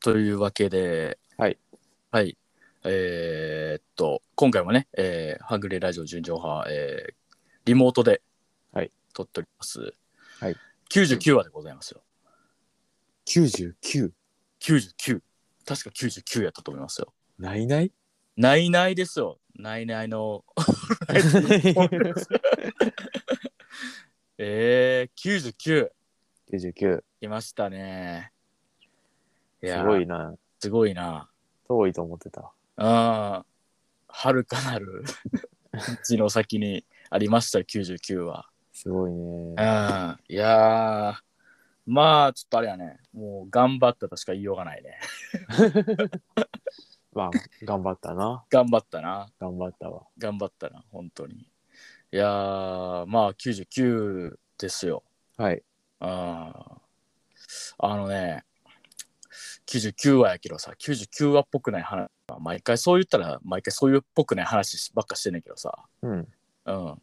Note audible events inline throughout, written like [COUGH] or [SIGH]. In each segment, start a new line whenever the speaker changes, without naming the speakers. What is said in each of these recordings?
というわけで、
はい。
はい。えーっと、今回もね、えー、はぐれラジオ純情派、えー、リモートで、
はい。
撮っております。
はい。
99話でございますよ。
99?
99。確か99やったと思いますよ。
ないない
ないないですよ。ないないの。えー、99。
?99。
いましたね。いや
す
ー
ごいな。
すごいな。
遠いと思ってた。
ああ、はるかなる [LAUGHS] 道の先にありました、99は。
すごいね。
うん、いやー、まあ、ちょっとあれやね、もう頑張ったとしか言いようがないね。 [LAUGHS]
まあ、頑張ったな。
頑張ったな、
頑張ったわ。
頑張ったな、本当に。いやー、まあ、99ですよ。
はい。
ああのね、99話やけどさ、99話っぽくない話、毎回そう言ったら、毎回そういうっぽくない話ばっかしてんねんけどさ、
うん。
うん。あ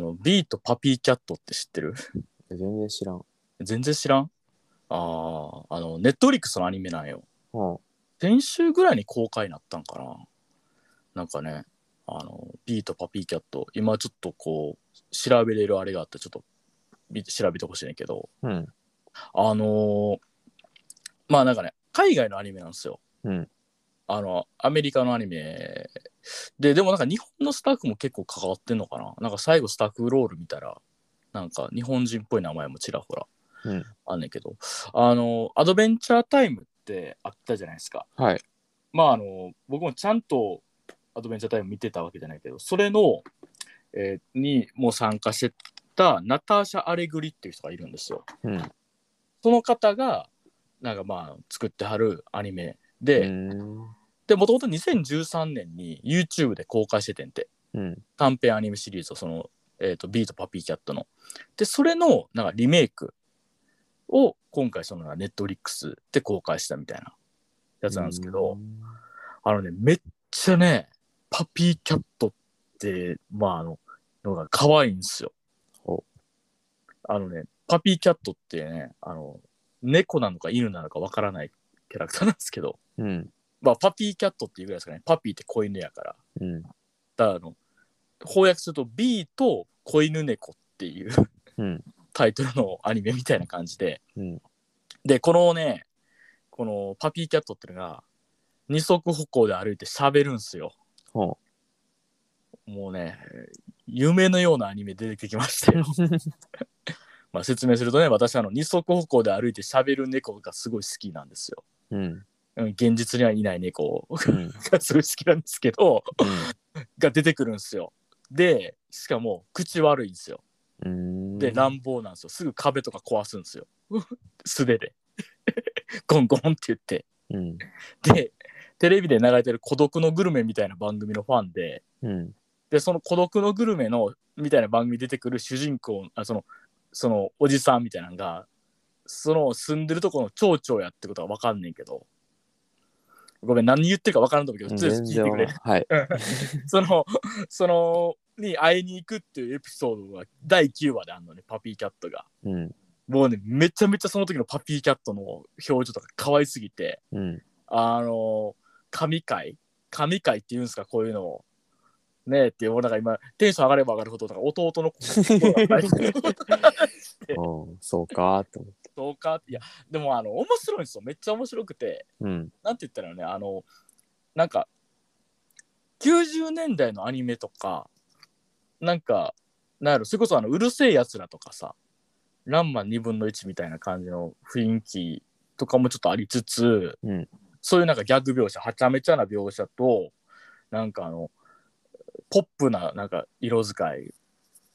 の、ビートパピーキャットって知ってる
全然知らん。
全然知らんああ、あの、ネットフリックスのアニメなんよ。
うん。
先週ぐらいに公開になったんかななんかね、あの、ビートパピーキャット、今ちょっとこう、調べれるあれがあったらちょっと見て調べてほしいねんけど、
うん。
あのーまあなんかね、海外のアニメなんですよ。
うん。
あの、アメリカのアニメ。で、でもなんか日本のスタッフも結構関わってんのかななんか最後スタッフロール見たら、なんか日本人っぽい名前もちらほら
うん。
あんねんけど、あの、アドベンチャータイムってあったじゃないですか。
はい。
まああの、僕もちゃんとアドベンチャータイム見てたわけじゃないけど、それの、えーにも参加してたナターシャ・アレグリっていう人がいるんですよ。
うん。
その方が、なんかまあ、作ってはるアニメ
う
で、
ん。
で、もともと2013年に YouTube で公開しててんて、
うん。
短編アニメシリーズを、その、えっ、と、ビートパピーキャットの。で、それの、なんかリメイクを、今回、その、ネットリックスで公開したみたいなやつなんですけど、あのね、めっちゃね、パピーキャットって、まあ、あの、のが可愛いんですよ
ほ。
あのね、パピーキャットってね、あの、猫なのか犬なのかわからないキャラクターなんですけど、
うん。うん。
まあ、パピーキャットっていうぐらいですかね。パピーって子犬やから。
うん。
だからあの、翻訳すると B と子犬猫っていう
うん。
タイトルのアニメみたいな感じで。
うん。
で、このね、このパピーキャットっていうのが、二足歩行で歩いて喋るんすよ。
ほ
もうね、夢のようなアニメ出てきま
[LAUGHS]
したよ。まあ説明するとね、私はあの二足歩行で歩いて喋る猫がすごい好きなんですよ。
う。うん。
うん現実にはいない猫
うん。
がすごい好きなんですけど、が出てくるんですよ。で、しかも口悪いんですよ。
うん。
で、乱暴なんですよ。すぐ壁とか壊すんですよ。 [LAUGHS] 素手で。 [LAUGHS] ゴンゴンって言って。
うん。
で、テレビで流れてる孤独のグルメみたいな番組のファンで、
うん。
で、その孤独のグルメの、みたいな番組に出てくる主人公、あその、そのおじさんみたいなのが、その住んでるとこの町長やってことはわかんねんけど、ごめん、何言ってるかわからんと思うけど、とりあえず
全
聞いて
然
くれ。
はい。
[LAUGHS] その、その、に会いに行くっていうエピソードが第9話であんのね、パピーキャットが。
うん。
もうね、めちゃめちゃその時のパピーキャットの表情とか可愛すぎて、
うん。
あの、神回神回って言うんですか、こういうのを。ねえって、俺なんか今、テンション上がれば上がるほど、なんか弟の心が上がる [LAUGHS]
うん。そうかと思って。
そうかいや、でもあの、面白いんですよ。めっちゃ面白くて、
うん。
なんて言ったらいいのね、あの、なんか、90年代のアニメとか、なんか、なんやろ、それこそあの、うるせえやつらとかさ、ランマン2分の1みたいな感じの雰囲気とかもちょっとありつつ、
うん
そういうなんかギャグ描写、はちゃめちゃな描写と、なんかあの、ポップななんか色使い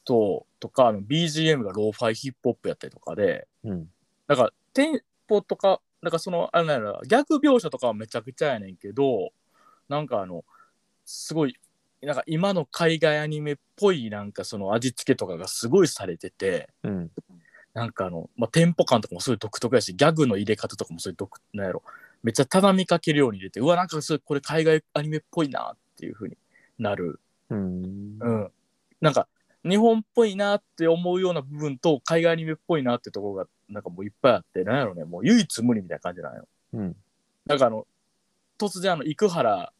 と、とか、あの BGM がローファイヒップホップやったりとかで、
うん。
なんかテンポとか、なんかその、あれなんやろ逆描写とかはめちゃくちゃやねんけど、なんかあの、すごい、なんか今の海外アニメっぽいなんかその味付けとかがすごいされてて、
うん。
なんかあの、まあ、テンポ感とかもすごい独特やし、ギャグの入れ方とかもすごい独、なんやろ、めっちゃ畳みかけるように入れて、うわ、なんかすごいこれ海外アニメっぽいなっていう風になる。
うん。
うん。なんか、日本っぽいなって思うような部分と、海外アニメっぽいなってところが、なんかもういっぱいあって、なんやろね、もう唯一無二みたいな感じなのよ。
うん。
なんかあの突然あの生原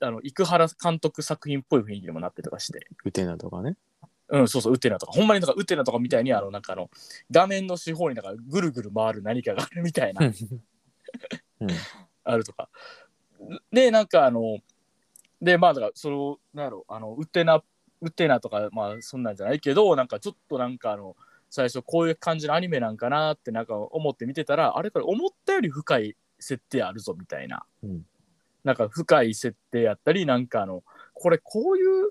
あの生原監督作品っぽい雰囲気にもなってとかして
ウテナとかね。
うん、そうそう、ウテナとか、ほんまになんかウテナとかみたいに、あの、なんかあの、画面の四方になんかぐるぐる回る何かがあるみたいな、
うん。
あるとか。で、なんかあの、で、まあ、だから、その、なんやろ、あの、ウテナ、ウテナとか、まあ、そんなんじゃないけど、なんかちょっとなんかあの、最初こういう感じのアニメなんかなってなんか思って見てたら、あれから思ったより深い設定あるぞみたいな。
うん
なんか深い設定やったり、なんかあの、これこういうっ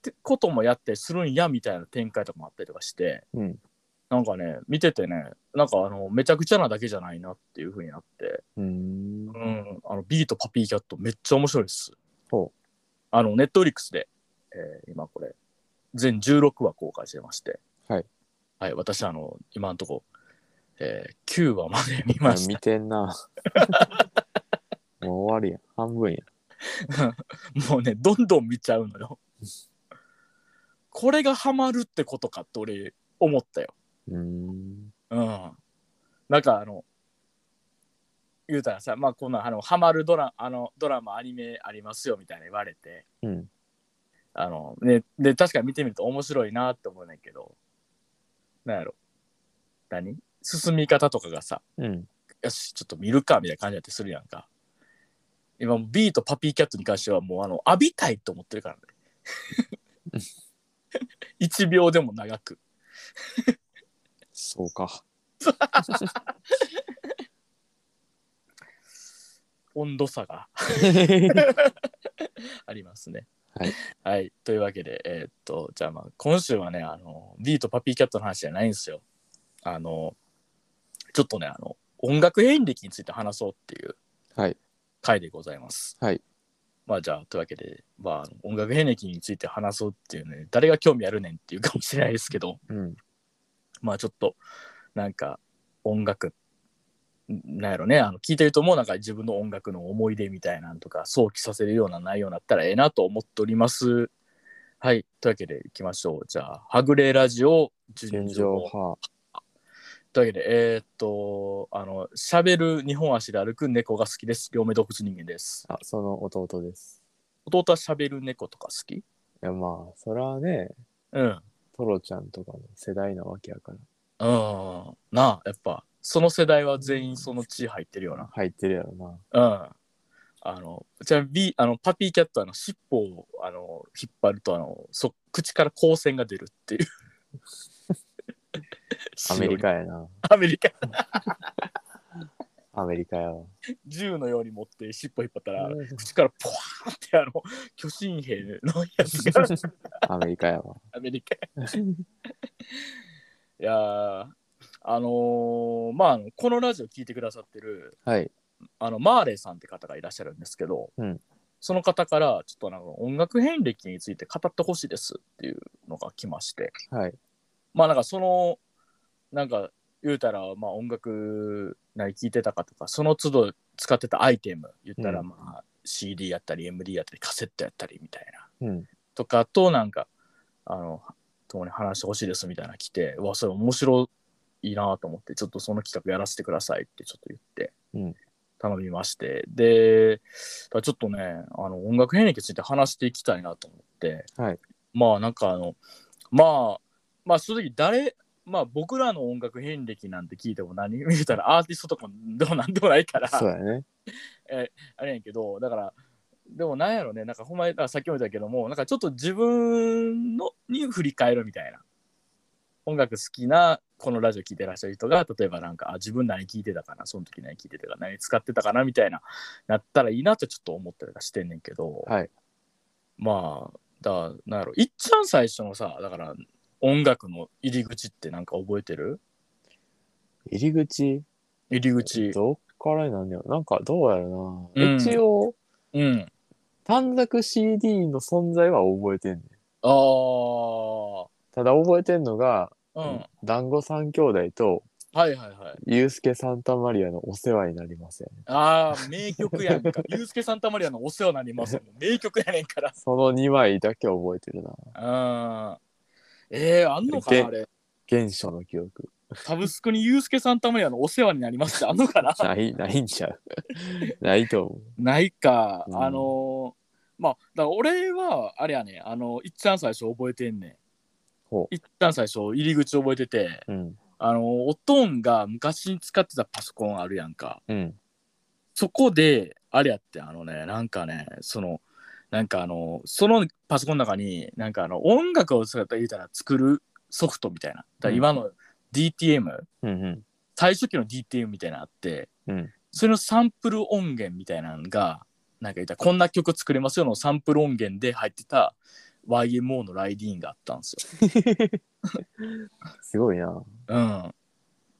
てこともやったりするんやみたいな展開とかもあったりとかして、
うん
なんかね見ててねなんかあのめちゃくちゃなだけじゃないなっていう風になって、
うーん。
うん、あのビートパピーキャットめっちゃ面白いです
ほ
あのネットフリックスで、えー今これ全16話公開してまして
はい、
はい、私あの今のとこ、えー9話まで見まし
見てんな。もう終わりやん。半分や。
たもうねどんどん見ちゃうの
[LAUGHS]
よこれがハマるってことかって俺思ったよ
うーん。
うん。なんかあの、言うたらさ、まあこんなあのハマるドラあのドラマ、アニメありますよみたいな言われて、
うん。
あの、ね、で、確かに見てみると面白いなって思うねんけど、なんやろ、何進み方とかがさ、
うん。
よし、ちょっと見るかみたいな感じだってするやんか。今、ビーとパピーキャットに関してはもうあの、浴びたいと思ってるからね。1秒でも長く。
そ
[LAUGHS]
うか。
温度差が [LAUGHS] ありますね。
はい、
はいというわけで、えーっとじゃあまあ今週はねあの B とパピーキャットの話じゃないんですよ。あのちょっとねあの音楽演歴について話そうっていう
はい。
回でございます。
はい。
まあじゃあというわけで、まああの、音楽演歴について話そうっていうね誰が興味あるねんっていうかもしれないですけど
うん。
まあちょっとなんか音楽なんやろねあの聞いてるともうなんか自分の音楽の思い出みたいなんとか想起させるような内容になったらええなと思っております。はい。というわけでいきましょう。じゃあ、はぐれラジオ純
純
情
情派。
というわけで、えーっと、あの、喋る二本足で歩く猫が好きです。両目洞窟人間です。
あ、その弟です。
弟は喋る猫とか好き
いや、まあ、それはね、
うん。
トロちゃんとかの世代なわけやから。
うん。なあ、やっぱ、その世代は全員その血入ってるような。
入ってるやろな。
うん。あの、じゃあ、B、あの、パピーキャットは、あの、尻尾を、あの、引っ張ると、あの、そ、口から光線が出るっていう。
[LAUGHS] アメリ。カやな。
アメリカ。
アメリカやわ。
銃のように持って、尻尾引っ張ったら、口からポワーンって、あの、巨神兵のやつ
[LAUGHS]
が、
アメリカやわ。
アメリカ。いやーあのーまああの、このラジオ聞いてくださってる、
はい。
あのマーレーさんって方がいらっしゃるんですけど、
うん
その方からちょっとなんか音楽遍歴について語ってほしいですっていうのが来まして
はい。
まあなんかそのなんか言うたらまあ音楽何聴いてたかとかその都度使ってたアイテム言ったら
うん
まあ CD やったり MD やったりカセットやったりみたいな
うん。
とかとなんかあの共に話してほしいですみたいなの来てうわそれ面白いなと思ってちょっとその企画やらせてくださいってちょっと言って、
うん
頼みましてでだからちょっとねあの音楽遍歴について話していきたいなと思って、
はい
まあなんかあのまあまあ正直誰まあ僕らの音楽遍歴なんて聞いても何見たらアーティストとかでもなんでもないから
そうやね。
あれやけどだからでもなんやろねなんかほんまにあさっきも言ったけどもなんかちょっと自分のに振り返るみたいな音楽好きなこのラジオ聴いてらっしゃる人が例えばなんかあ自分何聴いてたかなその時何聴いてたかな何使ってたかなみたいななったらいいなとちょっと思ったりとかしてんねんけど、
はい。
まあだからなんやろいっちゃん最初のさだから音楽の入り口ってなんか覚えてる
入り口
入り口
どっからになんねやろなんかどうやろな、
うん
一応
うん
短冊 CD の存在は覚えてんねん
ああ
ただ覚えてんのが、
うん、
団子三兄弟と
はいはいはい
ユうスケ・サンタマリアのお世話になりません、
ああ、名曲やん [LAUGHS] か。ユースケ・サンタマリアのお世話になりますもん。名曲やねんから。
その2枚だけ覚えてるな
うん。えー、あんのか
で
なあれ。 [LAUGHS]
原初の記憶
サブスクにユースケさんのためにあのお世話になりますってあんのかな
ない、ないんちゃう。 [LAUGHS] ないと思う。
[LAUGHS] ないか、
うん
あのまあだから俺はあれやねあの一番最初覚えてんねん
ほう
一旦最初入り口覚えてて
うん。
あのおとんが昔に使ってたパソコンあるやんか
うん。
そこであれやってあのねなんかねそのなんかあのそのパソコンの中になんかあの音楽を使った言うたら作るソフトみたいなだから今の DTM、
うん。うん
最初期の DTM みたいなのあって、
うん
それのサンプル音源みたいなのがなんか言ったらこんな曲作れますよのサンプル音源で入ってた YMO のライディーンがあったんですよ。
すごいな。
うん、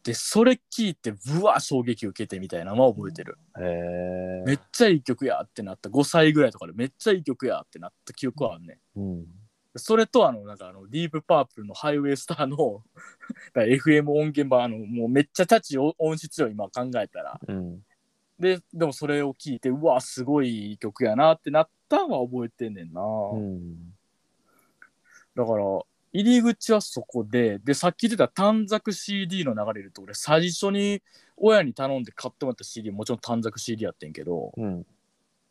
でそれ聞いてうわ衝撃受けてみたいなのは覚えてる、
へえ。
めっちゃいい曲やってなった5歳ぐらいとかでめっちゃいい曲やってなった記憶はあんね
うん。
それとあのなんかあのディープパープルのハイウェイスターの [LAUGHS] だから FM 音源版あのもうめっちゃタチ音質よ今考えたら
うん。
ででもそれを聞いてうわすごい曲やなってなったんは覚えてんねんな、
うん。
だから入り口はそこででさっき言ってた短冊 CD の流れると俺最初に親に頼んで買ってもらった CD もちろん短冊 CD やってんけど
うん。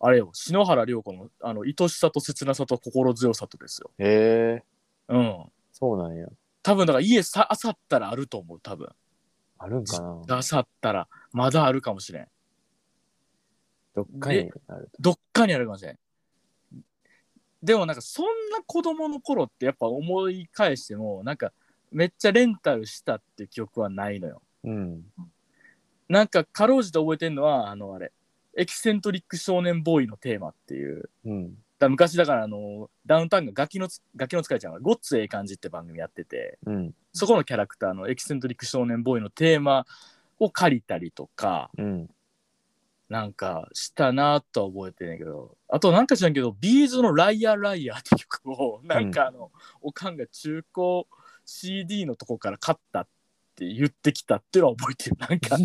あれよ篠原涼子のあの愛しさと切なさと心強さとですよ
へえ。
うん
そうなんや。
多分だから家さあさったらあると思う多分
あるんかな。
あさったらまだあるかもしれん
どっかにある。
どっかにあるかもしれん。でもなんかそんな子供の頃ってやっぱ思い返してもなんかめっちゃレンタルしたって記憶はないのよ。
うん。
なんかかろうじて覚えてるのはあのあれエキセントリック少年ボーイのテーマっていう。
うん。
だ昔だからあのダウンタウンがガキのつガキの使いちゃうのゴッツええ感じって番組やってて
うん。
そこのキャラクターのエキセントリック少年ボーイのテーマを借りたりとか
うん。
なんかしたなとは覚えてんねんけどあとなんか知らんけどビーズの「ライアーライアー」って曲をなんかあの、おかんが中古 CD のとこから買ったって言ってきたっていうのは覚えてるなんか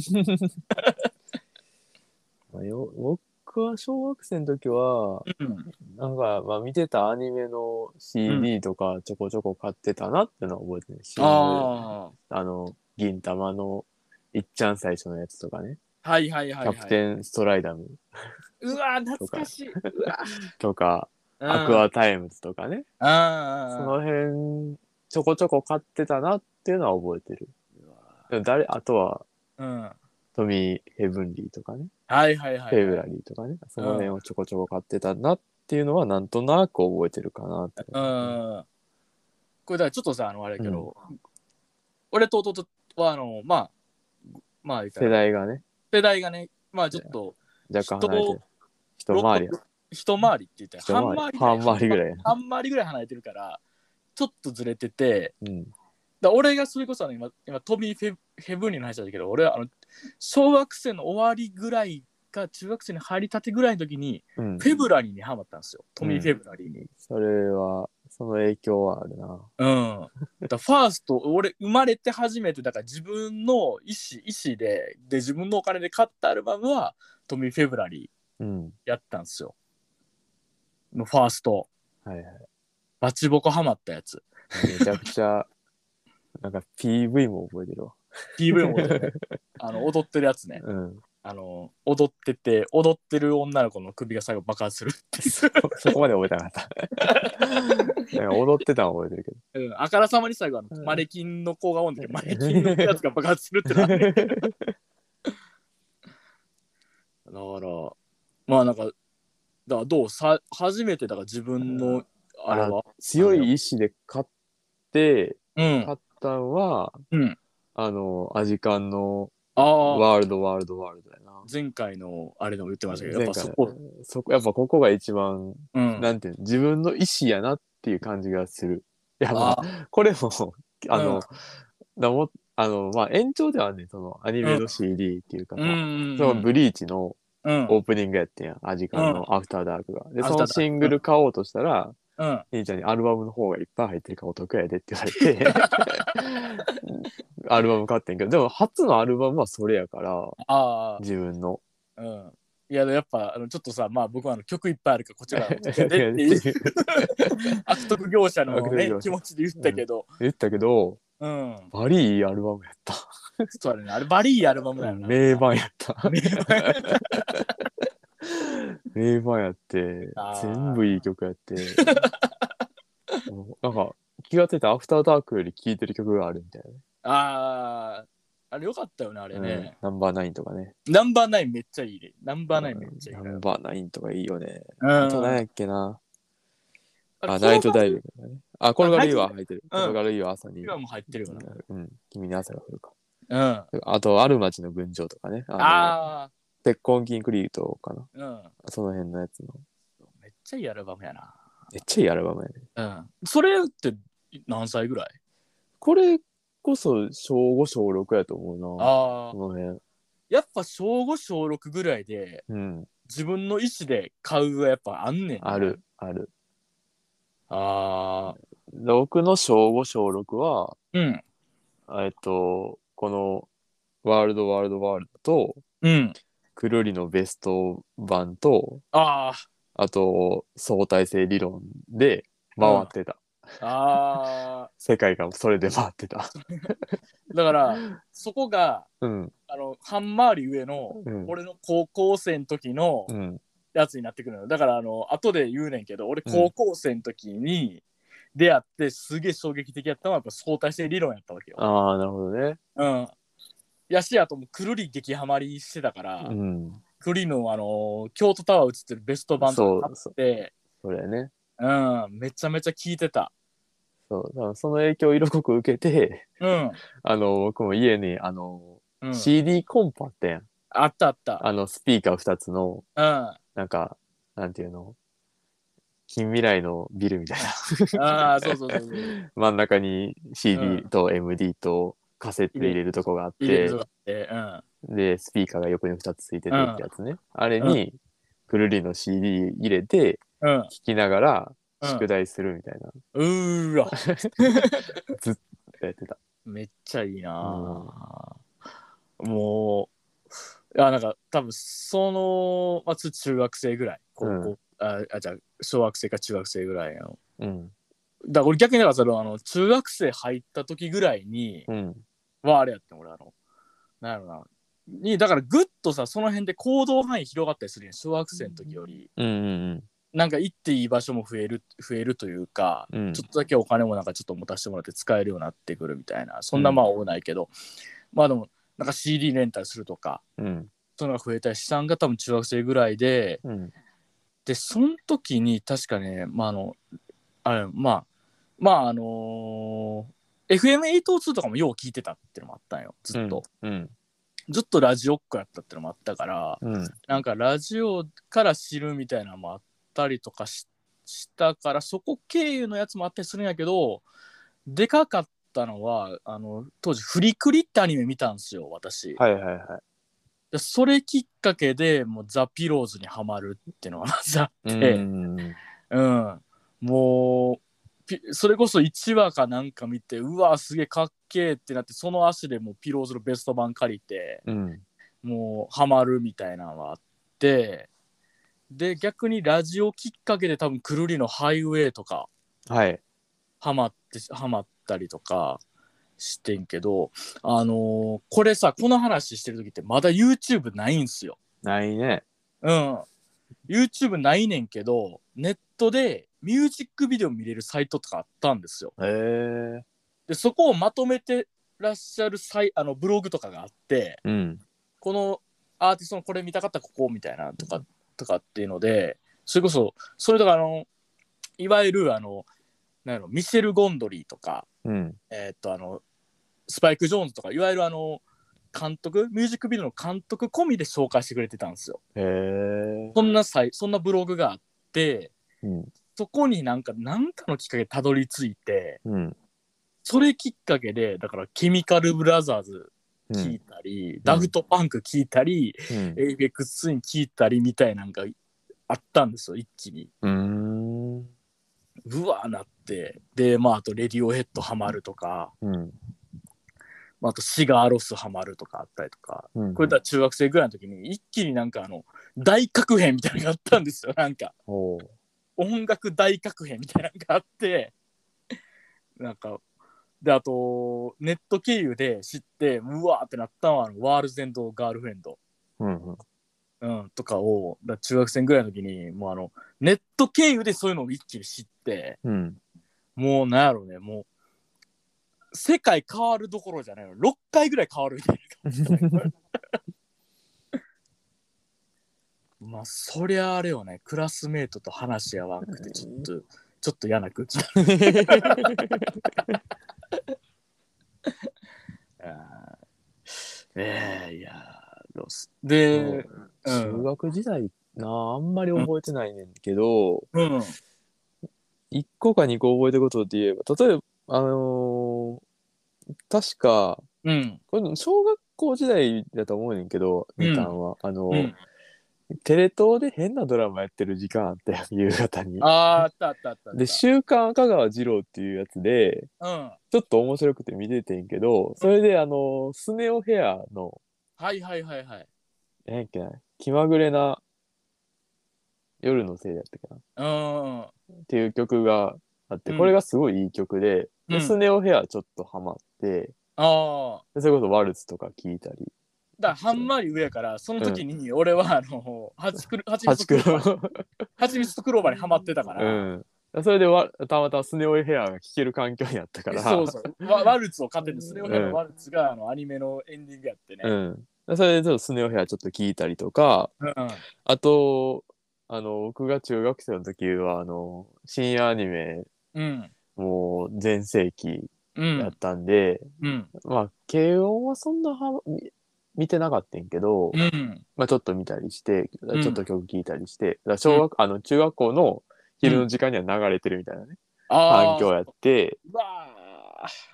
まあよ僕は小学生の時は、
うん
なんか、まあ、見てたアニメの CD とかちょこちょこ買ってたなってのは覚えてる、し
あ
あの、銀玉のいっちゃん最初のやつとかね、
あはいはいはい
キャプ
はい
テンストライダム
うわ懐かしいうわ
とか、
うん
アクアタイムズとかね、そ
あ
の辺ちょこちょこ買ってたなっていうのは覚えてる。でも誰、あとは
あうんは
トミー・ヘブンリーとかね、
いはいはい
フェブラリーとかね、その辺をちょこちょこ買ってたなっていうのはなんとなく覚えてるかなって。
うんこれだからちょっとさあのあれやけど、俺と弟はあのまあまあ言ったら
世代がね、
世代がねまあちょっと
若干離れてる。
六
一回りや。
一回りって言ったら半回り
半回りぐらいや。
半回りぐらい離れてるからちょっとずれてて
うん。
だ俺がそれこそあの今今トミーフェ・ヘブンリーの話だけど俺はあの小学生の終わりぐらいか中学生に入りたてぐらいの時に
うん。
フェブラリーにハマったんですよトミー・フェブラリーに。
それは、その影響はあるな。
うん、だからファースト俺生まれて初めてだから自分の意思意思でで自分のお金で買ったアルバムはトミー・フェブラリ
うん。
ーやったんですよ。のファースト
はいはい。
バチボコハマったやつ。
めちゃくちゃ、 [LAUGHS] なんか PV も覚えてるわ。
PV も踊ってあの踊ってるやつね
うん。
あの踊ってて踊ってる女の子の首が最後爆発するって
そそこまで覚えてなかった。 [LAUGHS] なんか踊ってたのは覚えてる
いう、うん、あからさまに最後あの
うん
マネキンの子がおんだけどマネキンのやつが爆発するって
[LAUGHS]
なってだか
けど。
らまあなんかだからどうさ初めてだから自分のあれは
強い意志で買って、
うん
買ったんは、
うん
あの、アジカンの
ああ
ワールドワールドワールドやな。
前回のあれでも言ってましたけどや
前
っぱ
回
そこ、
そこ、やっぱここが一番
うん、
なんていうの自分の意思やなっていう感じがする。いやま
あ
あこれもあ
うん
の、だもあのまあ延長ではねそのアニメ
う
の
ん
CD っていうかさ、
うんうん
そのブリーチの
うん
オープニングやってんやん、アジカンのアフターダークが。で
アフターダーク
そのシングル買おうとしたら、
うん
兄ちゃんにアルバムの方がいっぱい入ってるからお得やでって言
[LAUGHS]
われてアルバム買ってんけどでも初のアルバムはそれやから
ああ
自分の。
うんいややっぱあのちょっとさまあ僕はあの曲いっぱいあるからこっ
[LAUGHS]
ちらの曲でっていう
言
悪徳業者の、
悪徳
ね
業、者
気持ちで言ったけど、
ったけど
うん。
バリーいいアルバムやった。
そうだね。あれ、バリーいいアルバムだ
[LAUGHS]
よな。
名盤やった。
名盤。
[LAUGHS] 名盤やって
あ、ー
全部いい曲や
[LAUGHS]
って。なんか、気がついたらアフターダークより聴いてる曲があるみたい
ああ、あれよかったよね、あれ
な、
ね。
うんナンバーナインとかね。
ナンバーナインめっちゃいいね。ナンバーナインめっちゃいい。
ナンバーナインとかいいよね。
うん
あと何やっけな。あ、
れ
ナイトダイビングとかね。あ、転がるいは
あ
入ってる。
うん
転がるいは朝に。
今も入ってるよな。
うん、君に朝が降るか。
うん。あ
あと、ある町の群青とかね。あ
あ
の、鉄痕筋クリートかな。
ー、うん。
その辺のやつの。
めっちゃいいアルバムやな。
めっちゃいいアルバムやね。
うん。それって何歳ぐらい
これこそ小5小6やと思うな。
あ
こ
あ。
の辺。
やっぱ小5小6ぐらいで
うん。
自分の意思で買うはやっぱあんねんな。
ある、ある。
ああ。
僕の小5小6は、
うん。
えっと、この、ワールドワールドワールドと、
うん。
くるりのベスト版と、
あ
あと、相対性理論で回ってた。
あ。ああ。
世界がそれで回ってた。 [LAUGHS]
だから、そこが、
うん。
あの、半回り上の、
うん。
俺の高校生の時の
うん。
やつになってくるのよだからあの後で言うねんけど俺高校生の時に出会ってすげえ衝撃的やったのはやっぱ相対性理論やったわけよ。
ああ、なるほどね。
うん、やしあともうくるり激ハマりしてたから、
うん。
くるりの、あの京都タワー映ってるベスト版
そ
と
う
か買って
それね。
う、ん、めちゃめちゃ聞いてた。
そう。だからその影響を色濃く受けて、
うん
あの、僕も家に、あの、
うん、
CD コンパってん。
あったあった。
あの、スピーカー2つの、
うん、
なんか、なんていうの近未来のビルみたいな。
ああそうそうそう
[LAUGHS]
そう。 [LAUGHS]
真ん中に
う
CD
ん
と MD とカセット入れるとこがあっ
入れ
て
る、とかって、うん、
で、スピーカーが横に2つついてて
うん
ってやつね。あれに、くるりの CD 入れて、
うん、
聞きながら、
うん
宿題するみたいな。
うーわ、
やってた。
めっちゃいいな、ぁもういやなんか多分その、まあ、つ中学生ぐらい高校、
うん
ああじゃあ小学生か中学生ぐらいの
うん。
だから俺逆にだからそのあの中学生入った時ぐらいに
うん。
はあれやってん俺あのなんやろなにだからぐっとさその辺で行動範囲広がったりするやん小学生の時より、
うんうん
なんか行っていい場所も増える増えるというか、
うん。
ちょっとだけお金もなんかちょっと持たせてもらって使えるようになってくるみたいなそんなまあ多ないけど、まあでもなんか CD レンタルするとか
うん。
そういうのが増えたり資産が多分中学生ぐらいで
うん。
でその時に確かねまああのあれまあまああのー FM802 とかもよう聞いてたっていうのもあったんよずっと、
うん。
ずっとラジオっ子やったっていうのもあったから
うん。
なんかラジオから知るみたいなのもあったりとかししたからそこ経由のやつもあったりするんやけどでかかったのはあの当時「フリクリ」ってアニメ見たんですよ私、
はいはいは
でそれきっかけでもうザ・ピローズにはまるっていうのがまずあ
い。
って、
うん。
[LAUGHS] うん、もうピそれこそ1話かなんか見てうわすげえかっけえってなってその足でもうピローズのベスト版借りて
うん。
もうハマるみたいなのがあってで逆にラジオきっかけで多分くるりのハイウェイとか
はい。
ハマってハマったりとかしてんけどあのーこれさこの話してる時ってまだ YouTube ないんすよ。
ないね。
うん。YouTube ないねんけど、ネットでミュージックビデオ見れるサイトとかあったんですよ。
へえ。
で、そこをまとめてらっしゃるサイあのブログとかがあって、
うん。
このアーティストのこれ見たかったらここみたいなとか、とかっていうので、それこそ、それとかあの、いわゆるあの、なんやろ、ミシェル・ゴンドリーとか、
うん。
えーっと、あの、スパイク・ジョーンズとか、いわゆるあの、監督、ミュージックビデオの監督込みで紹介してくれてたんですよ。
へえ。
そんなサイそんなブログがあって、
うん。
そこになんか、なんかのきっかけでたどり着いて、
うん。
それきっかけで、だから、ケミカルブラザーズ
う
聞い
ん。
たり、ダフトパンク聞いたり、エイベックスツイン聞いたりみたいなんかあったんですよ、一気に。
うん。
うわーなって。で、まあ、あと、レディオヘッドハマるとか、
うん。
まあ、あと、シガーロスハマるとかあったりとか、
うん。
これだから中学生ぐらいの時に、一気になんかあの、大確変みたいなのがあったんですよ、なんか。
おう。
音楽大確変みたいなのがあってなんかで、あと、ネット経由で知って、うわーってなったのは、あのワールズエンドガールフレンド、
うんうん。
うん、とかを、だ中学生ぐらいの時に、もうあの、ネット経由でそういうのを一気に知って、
うん。
もうなんやろうね、もう、世界変わるどころじゃないの、6回ぐらい変わるみたいな感じだね。 [LAUGHS] まあ、そりゃあれよね、クラスメートと話し合わんくて、ちょっと、ちょっと嫌な [LAUGHS] 空気。あーええいやー、ロス。で、うん
中学時代なあんまり覚えてないねんけど、
うん。
1個か2個覚えてることで言えば例えばあのー確か
うん。
これ小学校時代だと思うねんけど
うん
みかんは、あの
う
ー
ん、
テレ東で変なドラマやってる時間あったよ夕方に
あ。あ、あったあったあったあった。
で「週刊赤川次郎」っていうやつで
うん。は
ちょっと面白くて見ててんけどそれであのースネオヘアの
いはいはいはい。
何やっけな気まぐれな夜のせいだったかな
うん。
っていう曲があって、
うん
これがすごいいい曲で、
う
で
ん
スネオヘアちょっとハマって
ああ。
でそれこそワルツとか聴いたり
だから半回り上やから、その時に俺はあの、ハチクル、ハチミ
八
ツクロ
九
ーバーハチミツとクローバーにハマってたから。
うんそれでわたまたまスネオヘアが聴ける環境にあったから
そうそうワワルツを買っててそれをやるワルツがあのアニメのエンディングやってね、
うん、でそれでちょっとスネオヘアちょっと聴いたりとか
うん
あとあの僕が中学生の時はあの深夜アニメ
うん
もう全盛期
う
だっ
ん
たんで、
うん
まあ慶応はそんなはみ見てなかったんけど、
うん
まあ、ちょっと見たりして、
ん
ちょっと曲聴いたりして、だから小学、あの中学校の昼の時間には流れてるみたいなね、
あ
環境
あ
やって
うわ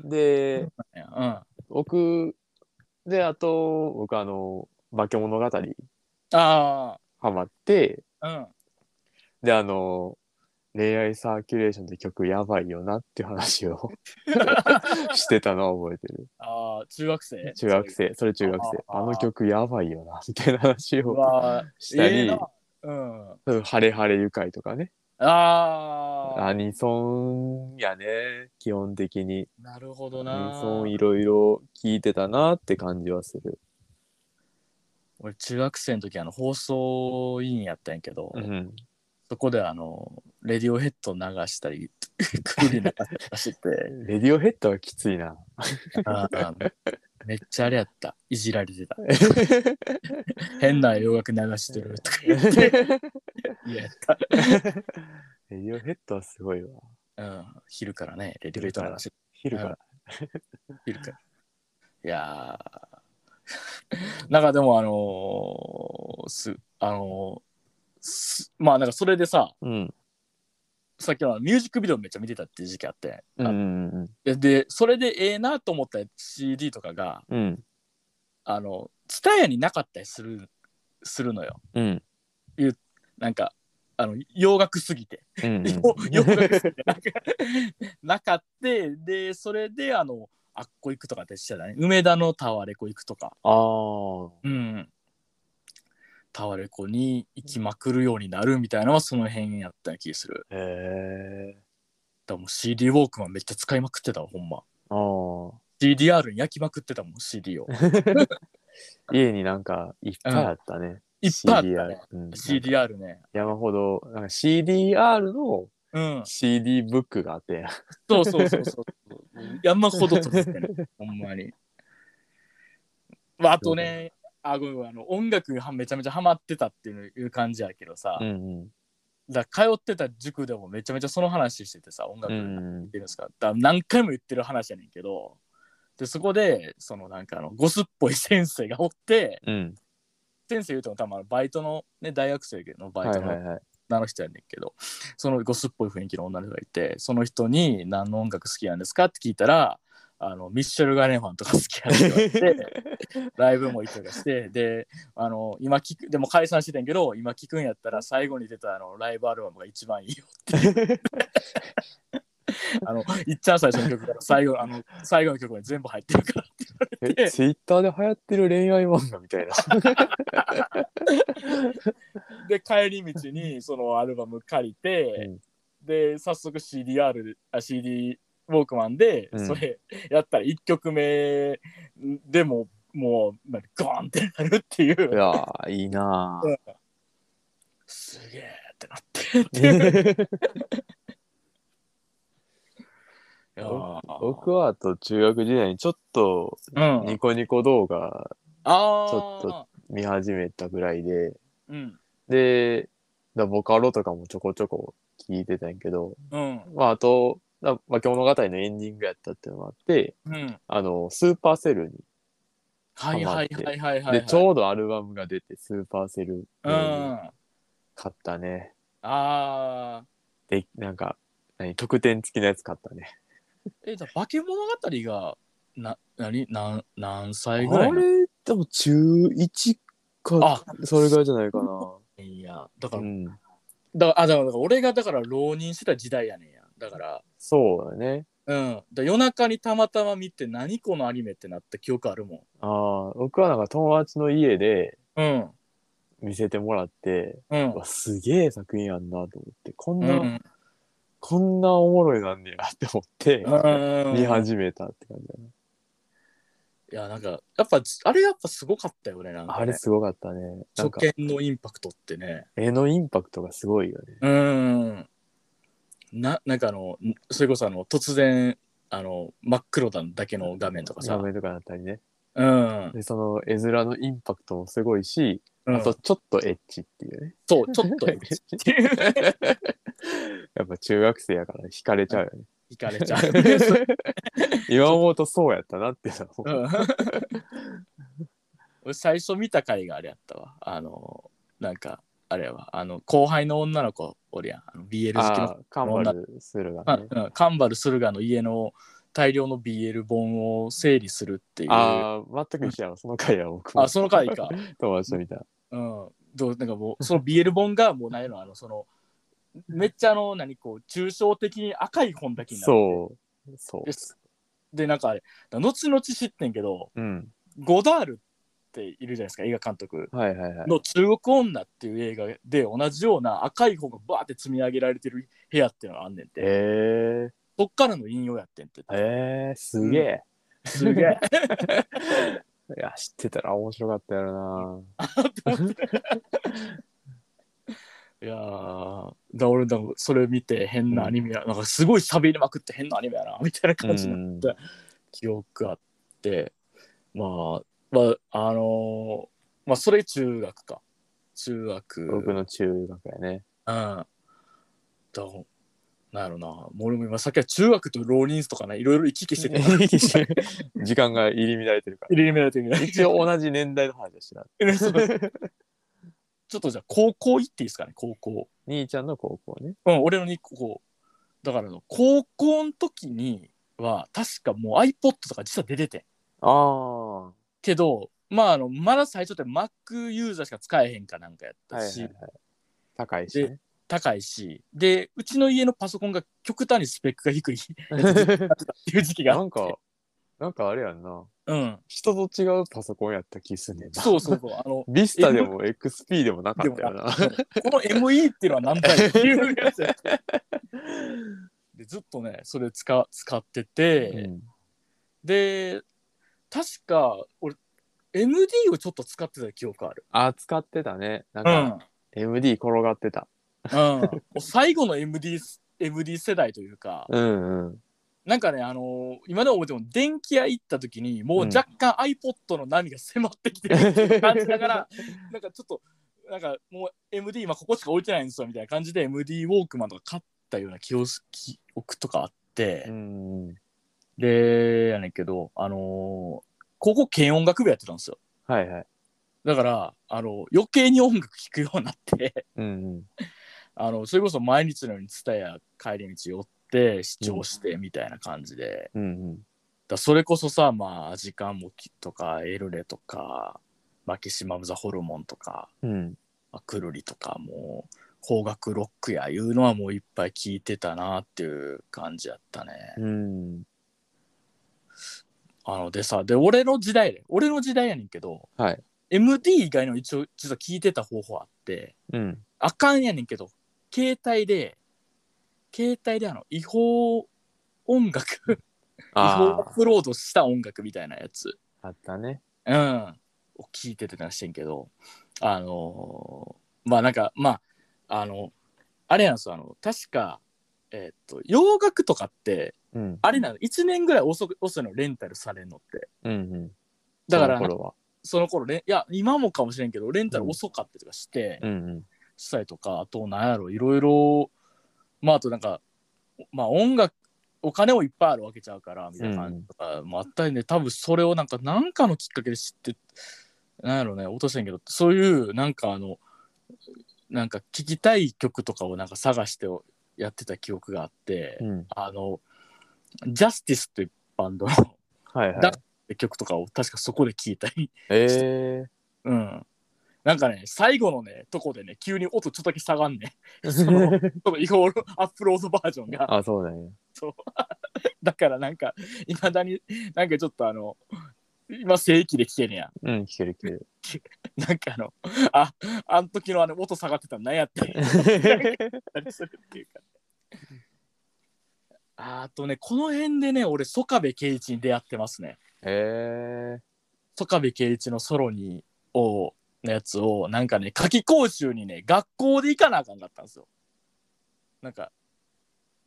で
ー
僕であと僕あの「化け物語」
うんあ
ハマって
あうん
であの恋愛サーキュレーションって曲やばいよなっていう
[LAUGHS]
話をしてたのを覚えてる
ああ中学生
中学生それ中学生
あー
あの曲やばいよなみたいな話
う
を
わー
した
ええ
り
なうん
「ハレハレ愉快」とかね
ああ
アニソンやね基本的に
なるほど
アニ
な
ソンいろいろ聴いてたなって感じはする
俺中学生の時あの放送委員やったんやけど、
うん
そこであのレディオヘッド流したり [LAUGHS] クーリー流したりして
レディオヘッドはきついな
てあーめっちゃあれやったいじられてた変な洋楽流してるとか言 [LAUGHS] っていやった、
レディオヘッドはすごいわ。
うん、昼からねレディオヘッド流して
昼から。
昼からいやーなんかでもあのーすあのーすまあなんかそれでさ
うん。
さっきのミュージックビデオめっちゃ見てたっていう時期あって、
うんうん
ででそれでええなと思った CD とかが
うん。うん。
あの TSUTAYA になかったりするするのよ
うん。
なんかあの洋楽すぎて、
うん。
洋楽すぎてなんかなかってでそれであのあっこ行くとかってしてたね梅田のタワレコ行くとか、
ああ。
うん、タワレコに行きまくるようになるみたいなのはその辺やった気がする
へえ。
だからもう CD ウォークマンめっちゃ使いまくってたわほんま
ああ。
CDR に焼きまくってたもん CD
[LAUGHS]
を
家になんかいっぱいあったね。
いっぱいあったね
CDR。うん。
CDR ね
山ほど、なんか CDR の
うん
[LAUGHS] CD ブックがあって。
そうそうそうそう山ほど撮ってたね
[LAUGHS]
ほんまに、まあ、あとねあごめんごめんあの音楽はめちゃめちゃハマってたっていう感じやけどさ、
ん
だから通ってた塾でもめちゃめちゃその話しててさ音楽
う
やってる
ん。
んですか,、だから何回も言ってる話やねんけどでそこでそのなんかあのゴスっぽい先生がおって
うん。
先生言うても多分あのバイトの、ね、大学生のバ
は
イ
い
ト
は
の
いはい。
女の人やねんけどそのゴスっぽい雰囲気の女の人がいてその人に「何の音楽好きなんですか?」って聞いたら「あのミッシェル・ガレンファンとか好きやねん」って言われ
[LAUGHS]
てライブも行ったりしてであの今聞くでも解散してたんやけど今聞くんやったら最後に出たあのライブアルバムが一番いいよあのいっちゃん最初の曲から最後あの最後の曲まで全部入ってるからって言われ
え、
て
ツイッターで流行ってる恋愛漫画みたいな。
で帰り道にそのアルバム借りて、
うん
で早速 CDR あ CD ウウォークマンで、
うん
それやったら1曲目でももうなんかゴーンってなるってい
いうやー、いいなぁ。
すげえってなってっていういやー
[LAUGHS] 僕はあと中学時代にちょっと
うん
ニコニコ動画
ああ
ちょっと見始めたぐらいで、
うん
で、だボカロとかもちょこちょこ聞いてたんやけど、
うん
まああと、だまあ、今日物語のエンディングやったっていうのもあって、
うん
あの、スーパーセルに、
はいはいはいはいはい
で、ちょうどアルバムが出て、スーパーセル
うん
買
あ
ったね。
あ
で、なんか、何、特典付きのやつ買ったね。
えじゃあ化け物語がな何何何
あ
歳ぐらいの
れ、でも中1か、それぐらいじゃないか
いやだか
な。う
ら
ん。
だからあだからだから俺がだから浪人してた時代やねんやだから
そうだね。
うん、だから夜中にたまたま見て何このアニメってなった記憶あるも
ああ、僕はなんか友達の家で
ん。うん。
見せてもらって、
うん
う。わすげえ作品やんなと思って、こん
う
な、
ん。
こんなおもろいなんねやって思って、
うん
見始めたって感じだね。
いや、なんか、やっぱ、あれやっぱすごかったよね、なんか、ね。
あれすごかったね。なんか
初見のインパクトってね。
絵のインパクトがすごいよね。
うん。な、なんかあの、それこそあの、突然、あの、真っ黒だだけの画面とかさ
画。面とかだったりね。
うん。
で、その絵面のインパクトもすごいし、
うん
あとちょっとエッチっていうね。
そう、ちょっ
[LAUGHS]
と
やっぱ中学生やから惹かれちゃうよね。
いかれちゃ
[LAUGHS]
う。 [LAUGHS]
今思うとそうやったなってさ、
うん俺最初見た回があれやったわあのなんかあれやわあの後輩の女の子おるやんあの BL 好き
あ
の
あ、カンバルするがね。
あうんカンバルスルガの家の大量の BL 本を整理するっていうあ
ああ、全く一緒やわ。その回は僕も
その回か
[LAUGHS] 友達と見た。
うんどうなんかもうその BL 本がもうないのあのそのめっちゃあの何こう抽象的に赤い本だけになって
そう。そ
ですでなんかあれ後々知ってんけど
う。うん。
ゴダールっているじゃないですか映画監督
はいはいはい。
の中国女っていう映画で同じような赤い方がバーって積み上げられてる部屋っていうのがあんねんて、
え
そっからの引用やってんって
ー、えー、すげえ。
すげえ
[LAUGHS] いや、知ってたら面白かったやろ
[LAUGHS] いやーだ俺だからそれ見て変なアニメや、なんかすごい喋りまくって変なアニメやなみたいな
な。
感じの記憶あって、まあまああのーまあそれ中学か中学
僕の中学やね。
うん。だなんやろな。もう俺も今さっきは中学と浪人とかね、いろい [LAUGHS] ろ行き来してて、
時間が入り乱れてるから。
入れられてるみたい
一応同じ年代の話だしな。
なそう
[LAUGHS]
ちょっとじゃあ高校行っていいですかね、高校。
兄ちゃんの高校ね。
うん、俺の2校。だからあの高校の時には、確かもう iPod とか実は出ててん
あ
けど、まああの、まだ最初って Mac ユーザーしか使えへんかなんかやっ
あ。は
た
いは
し、
いはい。高いしね。
高いし、で、うちの家のパソコンが極端にスペックが低い [LAUGHS] っ
[LAUGHS]
ていう時期があっ
な
て。
んか、なんかあれやんな。
うん。
人と違うパソコンやった気すんねんな。
そうそうそう。あの、
ビスタでも XP でもなか
で
っ
も
た
な
よ
ん
な
か。この ME っていうのは何だよっていうや
[LAUGHS]
つやでずっとねそれ使使ってて、
うん
で確か俺 MD をちょっと使ってた記憶ある。
あ、使ってたね。な
う
んか、
ん。
MD 転がってた。
うん、もう最後の MD, MD 世代というか、
うん [LAUGHS] うん。
なんかね、あのー今でも思っても電気屋行った時にもう若干 iPod の波が迫ってきてるっていう感じだから、なんかちょっとなんかもう MD 今ここしか置いてないんですよみたいな感じで MD ウォークマンとか買ったような記憶記憶とかあって、
うんうん。
でやねんけどあのー高校軽音楽部やってたんですよ
はいはい。
だからあの余計に音楽聴くようになって [LAUGHS]
うんうん。
あのそれこそ毎日のように蔦屋帰り道寄って視聴してみたいな感じで、
うんうん。
だそれこそさまあ時間もきとかエルレとかマキシマム・ザ・ホルモンとか
うん。
まあ、くるりとかもう邦楽ロックやいうのはもういっぱい聞いてたなっていう感じやったね。
うん。
あのでさで俺の時代で俺の時代やねんけど、
はい
MD 以外の一応実は聞いてた方法あって
うん。
あかんやねんけど携帯で携帯であの違法音楽、違法ア
あ
ップロードした音楽みたいなやつ、
あ、あったね。
うん、を聞いててなんかしてんけど、あのーまあなんか、まあ、あの、あれなんですよ、あの、確か、えーっと、洋楽とかって、
うん。
あれなの、1年ぐらい遅く遅いのレンタルされるのって。
うんうん。
だから、
その頃は。
その頃レンいや、今もかもしれんけど、レンタル遅かったりとかして、
うんうん。
したりとか、あと、なんやろ、いろいろ、まあ、あとなんか、まあ、音楽、お金もいっぱいあるわけちゃうから、みたいな感じとかもあったりね、多分それをなんか、なんかのきっかけで知って、なんやろね、落としてんけど、そういう、なんかあの、なんか聞きたい曲とかをなんか探してやってた記憶があって、
うん。
あの、ジャスティスっていうバンドの
はいは
だ
い。
曲とかを確かそこで聞いたり、
え
うん。なんかね、最後のね、とこでね、急に音ちょっとだけ下がんね。
え
その
ー。
その違法アップロードバージョンが。 [LAUGHS]
あ、そうだね。
だからなんか、いまだになんかちょっとあの、今正規で聞けねや。
うん、聞ける聞ける。
なんかあの、あ、あの時のあの音下がってたの何やってんやったりするっていうか。ああとね、この辺でね、俺、曽我部圭一に出会ってますね。
[LAUGHS] え
曽我部圭一のソロに、を、のやつを、なんかね、夏期講習にね、学校で行かなあかんかったんですよ。なんか、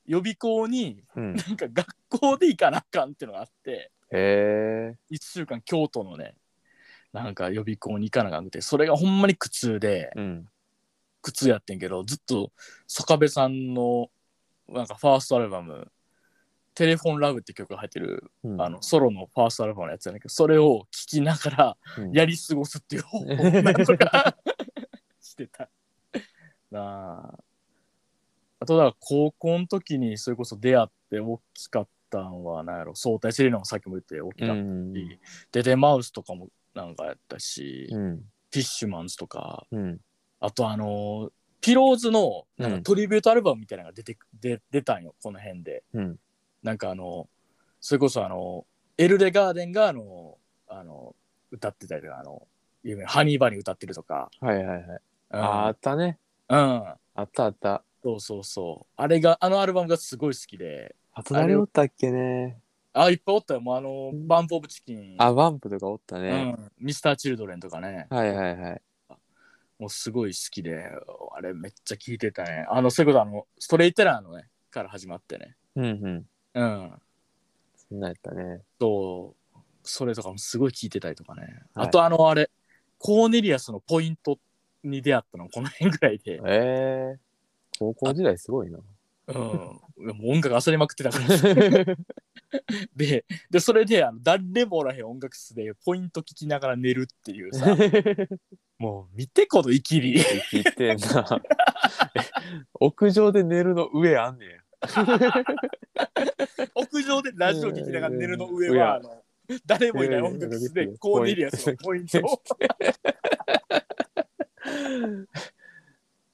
予備校に
え。うん。
なんか学校で行かなあかんっていうのがあって、
ええ。
1週間京都のね、なんか予備校に行かなあかんくて、それがほんまに苦痛で、
うん。
苦痛やってんけど、ずっと、曽我部さんの、なんかファーストアルバム、テレフォンラブって曲が入ってる、
うん
あの、ソロのファーストアルバムのやつやねんけど、それを聴きながら
うん
やり過ごすっていう方法をなんと
[LAUGHS]
かしてた。なあ。あとだから高校の時にそれこそ出会って大きかったんは何やろ相対性理論もさっきも言って大き
う
かったし、
ん。
デデマウスとかもなんかやったし、
う
フ
ん。
ィッシュマンズとか
うん。
あとあのーピローズのなん
う
か
ん
トリビュートアルバムみたいなのが出てく、で出たんよこの辺で
うん。
なんかあのそれこそあのエルレガーデンがあのあの歌ってたりとかあの有名なハニーバニー歌ってるとか、
はいはいはい。
うん
ああったね。
うん、
あったあった。
そうそうそうあれがあのアルバムがすごい好きで
あと誰おったっけね。
あいっぱいおったよもうあのバンプ・オブ・チキン
あ、バンプとかおった
う
ね。
ん、ミスター・チルドレンとかね
はいはいはい。
もうすごい好きであれめっちゃ聴いてたねあのそういうことあのストレイテラーのねから始まってね
うんうん。
うん
そんなんやったね。
そうそれとかもすごい聴いてたりとかね、
は
あ
い
とあのあれコーネリアスのポイントに出会ったのこの辺ぐらいで、
ええ。高校時代すごいな。 [LAUGHS]
うん、もう音楽漁りまくってたから [LAUGHS] ででそれであの誰もおらへん音楽室でポイント聴きながら寝るっていうさ [LAUGHS] もう見てこのイキリ
生きてんな。 [LAUGHS] 屋上で寝るの上あんね
[LAUGHS] 屋上でラジオ聞きながら寝るの上
うん
は、あの誰もいない音楽室で
うん
コーネリアスのポイントを、
や。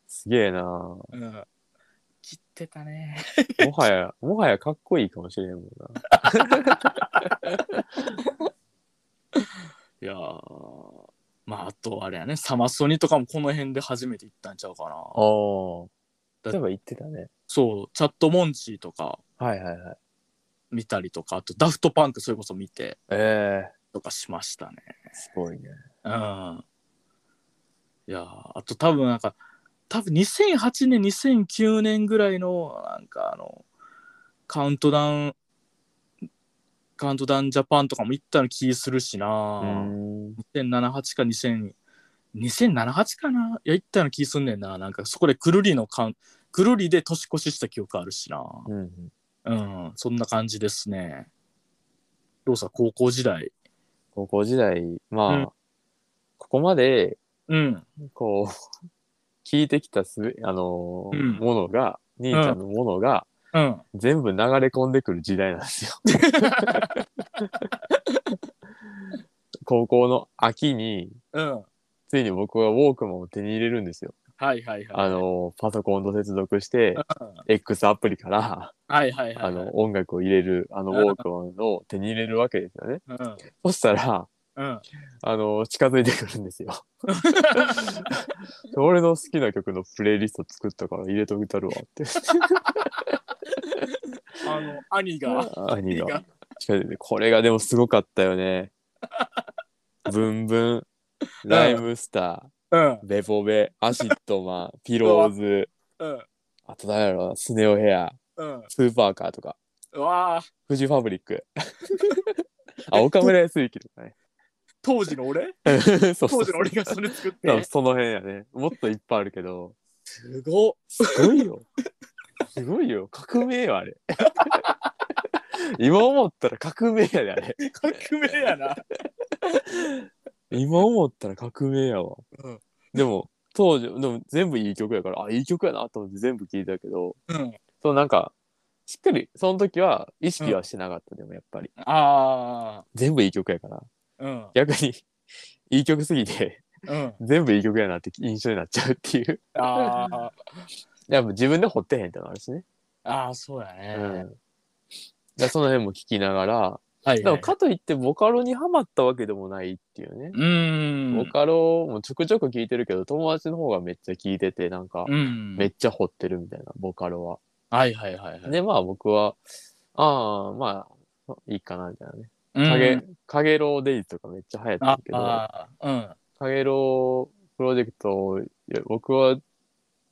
すげえな。も
[LAUGHS] うん、切ってたね。
はや、もはやかっこいいかもしれんもんな。
いやーまああとあれやねサマソニとかもこの辺で初めて行ったんちゃうかな。
ああ。例えば言ってたね。
そうチャットモンチーとか
はいはいはい。
見たりとかあとダフトパンクそれこそ見て
ええ
とかしましたね。
すごいね。
うん。いやーあと多分なんか多分2008年2009年ぐらいのなんかあのカウントダウンカウントダウンジャパンとかも行ったの気するし
う
な、
ん。
2078か2000 2078かないや行ったの気すんねんななんかそこでくるりのカウンくるりで年越しした記憶あるしな
うん。
うんそんな感じですねどうさ高校時代
高校時代、まあ、
うん
ここまで、
うん
こう、聞いてきたすべ、あのー
うん
ものが、兄ちゃんのものが、
うん
全部流れ込んでくる時代なんですよ。
[LAUGHS]
高校の秋に、
うんは
ついに僕はウォークマンを手に入れるんですよ。
いはいはい
あのーパソコンと接続して、
うん
X アプリから、
はいはいはいはい。
あの、音楽を入れる、あの、ウォークマンを手に入れるわけですよね。
うん、
そしたら、
うん。
あの、近づいてくるんで
[LAUGHS]
すよ。俺の好きな曲のプレイリスト作ったから入れといたるわって。
あの兄が
[LAUGHS] 兄
兄
が
が
ちょこれがでもすごかったよねブンブンライムスタ
うん
ーベボベアシッドマンピローズ
うん
あと誰やろなスネオヘア
うん
スーパーカーとか
うわあ
フジファブリ
[LAUGHS]
ックあ岡村康之とかね
当時の俺
そうそ
当
う
時
そ
の
う
俺がそれ作っ
多分
て
その辺やねもっといっぱいあるけど
すごっ
すごいよ。すごいよ。革命よ、
[LAUGHS]
あれ。今思ったら革命やで、あれ。
革命やな
今思ったら革命やわ。
うん
でも、当時、でも全部いい曲やから、あ、いい曲やなと思って全部聴いたけど、
うん
そうなんか、しっかり、その時は意識はしてなかった、でもやっぱり。
あ
全部いい曲やから。
あうん
逆に、いい曲すぎて、
うん
全部いい曲やなって印象になっちゃうっていう。
あー
[LAUGHS] やっぱ自分で掘ってへんってのあるしね。
あーそうや
う
ね、
ん。だからその辺も聞きながら、
はい
で
は
も
い
かといってボカロにハマったわけでもないっていうね
う、ーん
ボカロもちょくちょく聞いてるけど友達の方がめっちゃ聞いててなんか
うん
めっちゃ掘ってるみたいなボカロは、
はいはいはいはい
でまあ僕はああまあいいかなみたいなね
うん
影影ローデイズとかめっちゃ流行った
あ
んけど
あーうん
影ロープロジェクトをいや僕は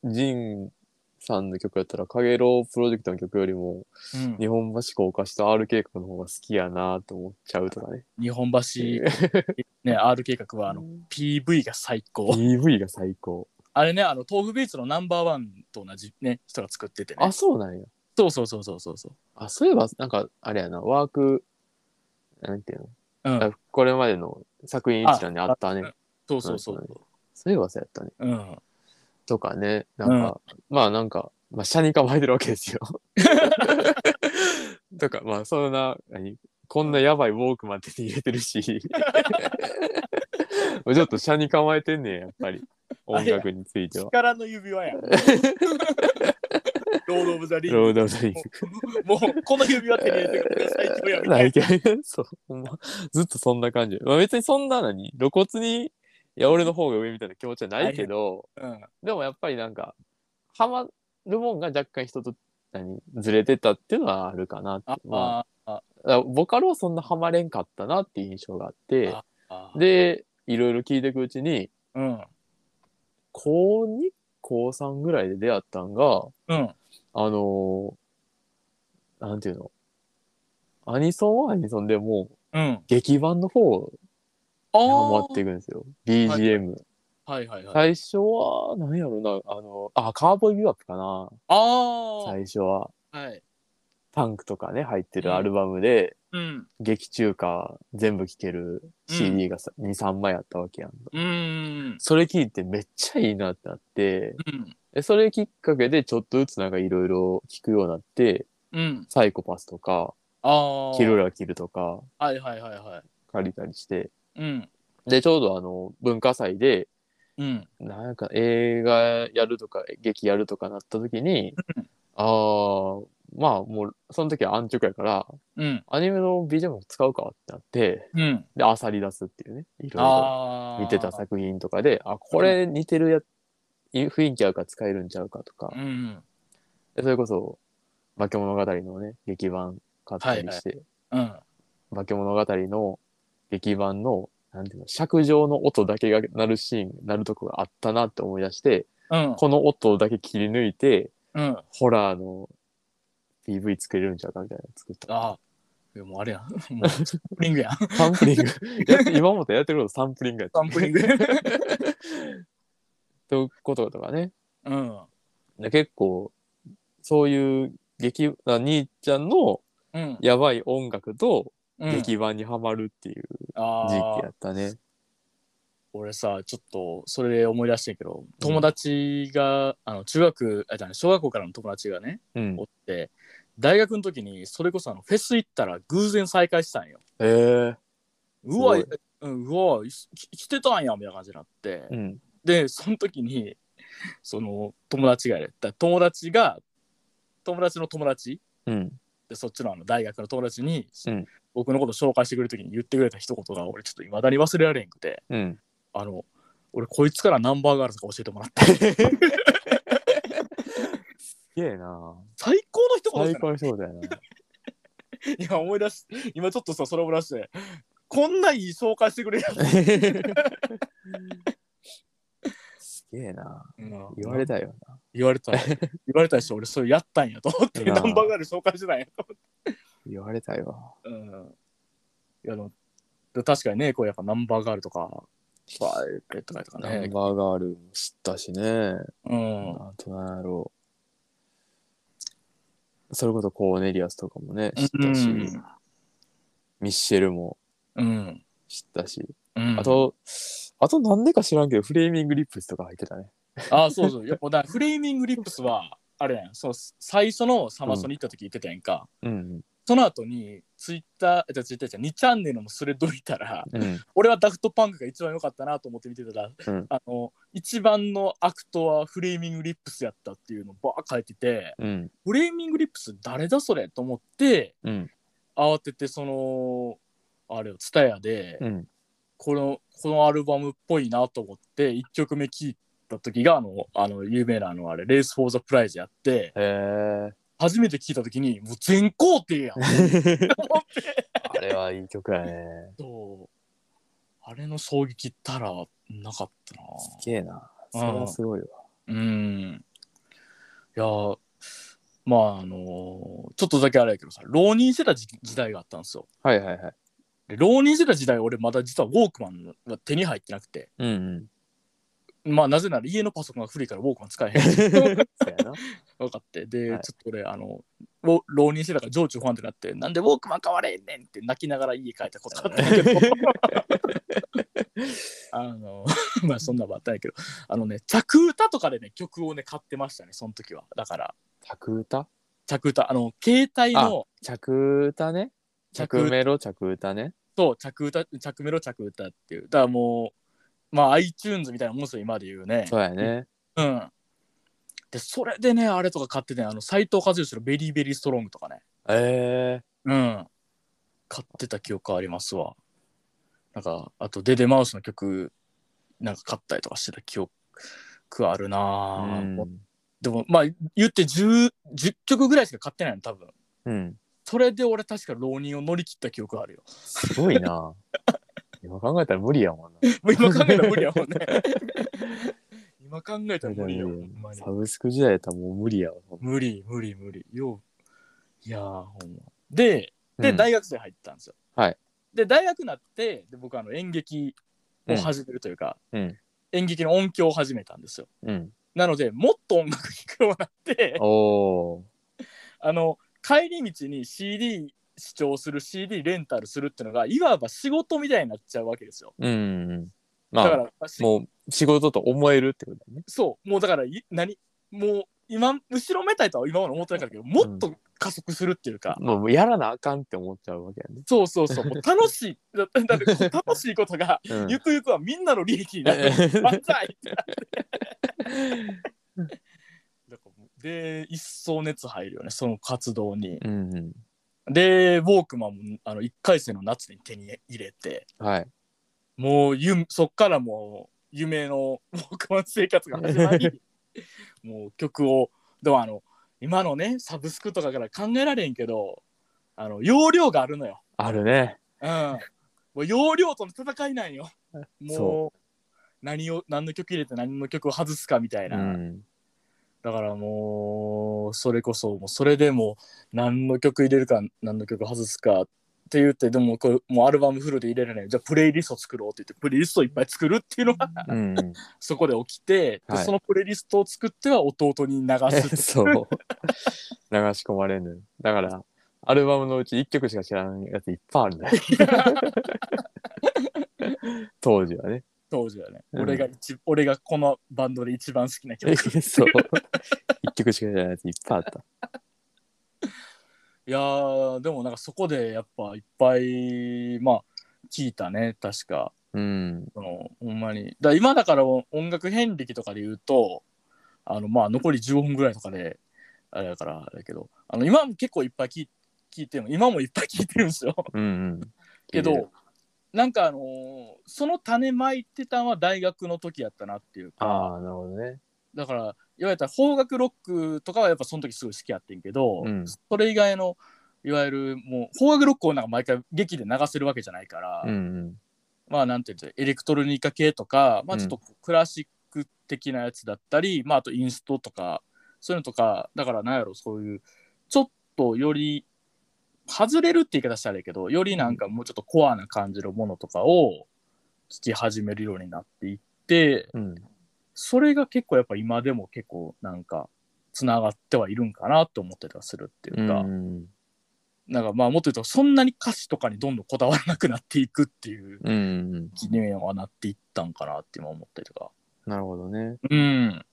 ジンさんの曲やったら影ロープロジェクトの曲よりも
うん
日本橋高架下 R 計画の方が好きやなと思っちゃうとかね
日本橋ね R 計画
[LAUGHS]
はあの PV が最高
PV が最高。
あれねあの豆腐ビーツのナンバーワンと同じね人が作っててね
あ、そうなんや。
そうそうそうそうそうそう
あ、そういえば、なんか、あれやな、ワーク、なんていう
う
の、
ん
あこれまでの作品一覧にあったね。
そうそうそう
そういえばそうやったね。
うん
とかね、なんか、まあなんか、まあ、車に構えてるわけ
[LAUGHS]
ですよ。とか、まあそんな、何こんなやばいウォークマン手に入れてるし、
[LAUGHS]
ちょっと車に構えてんねん、やっぱり。音楽については。
力の指輪や
[LAUGHS]
んロード・オブ・ザ・リング
ロード・オブ・ザ・リング。
もうこの指輪手に入れてくれ最強やみた
ないいけどそう、ほんま。ずっとそんな感じ。まあ、別にそんなのに、露骨に、いや、俺の方が上みたいな気持ちはないけど、
な、うん、
でもやっぱりなんか、ハマるもんが若干人と、何、ずれてたっていうのはあるかなって。
あ、
ま
ああ
あ、だからボカロはそんなハマれんかったなっていう印象があって、
あ
で、いろいろ聞いていくうちに、
うん
高2、高3ぐらいで出会ったんが、
うん
あのーなんていうの、アニソンはアニソンでもう、
うん
劇版の方を
あ
ハマ
あ
っていくんですよ。BGM。
はいはいはい
最初は、何やろな、あの、あ、カーボーイビューアップかな。
ああは
最初は、
い
タンクとかね、入って
う
る
ん
アルバムで、
うん
劇中歌全部聴ける CD がさ2、3枚あったわけやん。
うーん
それ聞いてめっちゃいいなってなって、
うん
でそれきっかけでちょっとずつなんかいろいろ聞くようになって、
うん
サイコパスとか、
ああ
キルラキルとか
はいはいはいは
借りたりして、
いうん
で、ちょうどあの、文化祭で、
うん
なんか映画やるとか劇やるとかなった時に
うん
ああまあもうその時は安直やから
うん
アニメの BGM も使うかってなって
うん
であさり出すっていうねいろい
ああ
ろ見てた作品とかであこれ似てるやい雰囲気あるから使えるんちゃうかとか
うん
でそれこそ「化け物語」のね劇版買ったりして
うん
「化け物語」の劇版のなんていうの尺上の音だけが鳴るシーン鳴るとこがあったなって思い出して
うん
この音だけ切り抜いて、
うんあ
ホラーの PV 作れるんちゃうかみたいなの作った。
あいやもうあれやんもうサンプリング
[LAUGHS]
やん
サンプリング。やって今もとやってることサンプリングやって
サンプリング
ることとかね。
うん
で結構、そういう劇、あ兄ちゃんの
うん
やばい音楽と
うん
劇版にはまるっていう
あ
時
あ
期やったね。
俺さちょっとそれ思い出してんけど友達が、あの中学あじゃあね小学校からの友達がね
うん
お。って大学の時にそれこそあのフェス行ったら偶然再会したんよ
えー。
うわ、
す
うん、うわき来てたんやみたいな感じになって、
うん。
でその時にその友達がやれだ友達が友達の友達
うん。
でそっちのあの大学の友達に、
うん
僕のこと紹介してくれる時に言ってくれた一言が俺ちょっといまだに忘れられへんくて
うん。
あの俺こいつからナンバーガールズか教えてもらって
すげえな
最高の人ところじ
最
ゃな
高にそうだよな。
い今思い出し今ちょっとさそれを出してこんないい紹介してくれる、
[LAUGHS] すげえな。
うん
言われたよ
言われ
[LAUGHS]
た言われたし俺それやったんやと思って
なあ
ナンバーガール紹介してたんやと
な。言われたよ。
思って、うん、いやでもで確かにねこうやっぱナンバーガールとかバイクとかとか
ナン
ね、
バーガールも知ったしね。
うん、
あとなんやろう。それこそコーネリアスとかもね、知ったし、ミッシェルも
うん、
知ったし、
うん、
あと、あとなんでか知らんけど、フレーミングリップスとか入ってたね。
ああそうそうやっぱだフレーミングリップスはあれやんそう最初のサマソニ行った時言ってたやんか、
うん。
その後にツイッターじゃツイッターじゃ2チャンネルもそれどいたら
うん。
俺はダフトパンクが一番良かったなと思って見てたら、
うん
あの一番のアクトはフレーミングリップスやったっていうのばー書いてて
うん。
フレーミングリップス誰だそれと思って
うん。
慌ててそのあれをツタヤで、
うん。
このこのアルバムっぽいなと思って1曲目聴いた時があのあの有名なあのあれ「レース・フォー・ザ・プライズ」やって
へえ。
初めて聴いた時にもう全肯定やん
あれはいい曲やね。
そうあれの衝撃ったらなかったな
すげえな。それはすごいわ。
うん。いやー、まあ、あのーちょっとだけあれやけどさ、浪人してた時時代があったんですよ。
はいはいはい。
で浪人してた時代、俺まだ実はウォークマンは手に入ってなくて、
うんうん。
まあ、なぜなら家のパソコンが古いからウォークマン使え
[LAUGHS]
へん。
そうやな。
分かって、で、
はい
ちょっと俺、あの、ウォ浪人してたから情緒不安定になって、なんでウォークマン買われへんねんって泣きながら家帰ったことあったん
[LAUGHS]
やけど、あの、 [LAUGHS] まあそんなのもあったんやけど、あのね、着歌とかでね、曲をね、買ってましたね、その時は。だから、
着歌
着歌あの携帯の
着歌ね。着メロ着歌ね。
と着歌着メロ着歌っていうだからもうまあ iTunes みたいなもんですよ今で言うね
そうやね。
うんでそれでねあれとか買ってねあの斎藤和義の「ベリーベリーストロング」とかね
え
うん買ってた記憶ありますわなんかあとデデマウスの曲なんか買ったりとかしてた記憶ある
え
なぁ、
ー。
でもまあ言って 10, 10曲ぐらいしか買ってないの多分
うん。
それで俺確か浪人を乗り切った記憶あるよ
すごいな。 [LAUGHS] 今考えたら無理やもんな。
もう今考えたら無理やもんね。今考えたら無理よ。ほんまに
サブスク時代やったらもう無理やわ。
無理、無理、無理。よう。いやー、ほんま。で、で、大学生入ったんですよ。
はい。
で、大学になって、で僕あの演劇を始めるというか、
うんうん
演劇の音響を始めたんですよ。
うん。
なので、もっと音楽聴くようにな [LAUGHS] って、
おー。
あの、帰り道に CD 視聴する、CD レンタルするっていうのが、いわば仕事みたいになっちゃうわけですよ。
うん。ま
だから
あ、、
私
もう仕事と思えるってことだね。
そう、もうだから、い何もう今、後ろめたいとは今まで思ってなかったけど、もっと加速するっていうか、
もうやらなあかんって思っちゃうわけ
そうそうそう、もう楽しい、だだってこう楽しいことが、
やね。
ゆくゆくはみんなの利益になる。
うん
万歳ってなって [LAUGHS] だからもうで、一層熱入るよね、その活動に。
[LAUGHS] うんうん。
で、ウォークマンもあの1回生の夏に手に入れて、
はい。
もうゆそっからもう夢のウォークマン生活が始まりもう曲をでもあの今のねサブスクとかから考えられんけどあの容量があるのよ、
あるね。
うん、もう容量との戦いなんよも
[LAUGHS] そう
何を何の曲入れて何の曲を外すかみたいうな、
ん。
だからもうそれこそもうそれでもう何の曲入れるか何の曲外すかって言ってでもこれもうアルバムフルで入れられないじゃあプレイリスト作ろうって言ってプレイリストをいっぱい作るっていうのが
うん。
そこで起きて、で
はい
そのプレイリストを作っては弟に流す
[LAUGHS] そう。流し込まれぬ。だから、アルバムのうち1曲しか知らんやついっぱいある
[LAUGHS]
んだよ。当時はね。
当時はね、
うん
俺が一俺がこのバンドで一番好きな
[LAUGHS]
曲
そう。1曲しか知らんやついっぱいあった。
いやーでもなんかそこでやっぱいっぱいまあ聞いたね確か
うん。
そのほんまにだ今だから音楽遍歴とかで言うとあのまあ残り15分ぐらいとかであれだからあれだけどあの今も結構いっぱい聞い聞いてるの今もいっぱい聞いてるんですよ
うんうん。
け
いいね
ど、なんかあのーその種まいてたのは大学の時やったなっていうか
ああ、なるほどね。
だからいわゆる邦楽ロックとかはやっぱその時すごい好きやってんけど、
うん
それ以外のいわゆるもう邦楽ロックをなんか毎回劇で流せるわけじゃないから、
うん
まあなんていうんですかエレクトロニカ系とか、まあ、ちょっとクラシック的なやつだったり、まああとインストとかそういうのとかだからなんやろそういうちょっとより外れるって言い方したらあれやけどよりなんかもうちょっとコアな感じのものとかを聴き始めるようになっていって
うん
それが結構やっぱ今でも結構なんかつながってはいるんかなって思ったりはするっていうか、
うん
なんかまあもっと言うとそんなに歌詞とかにどんどんこだわらなくなっていくっていう
うん
気にはなっていったんかなって今思ったりとか。
なるほどね
うん。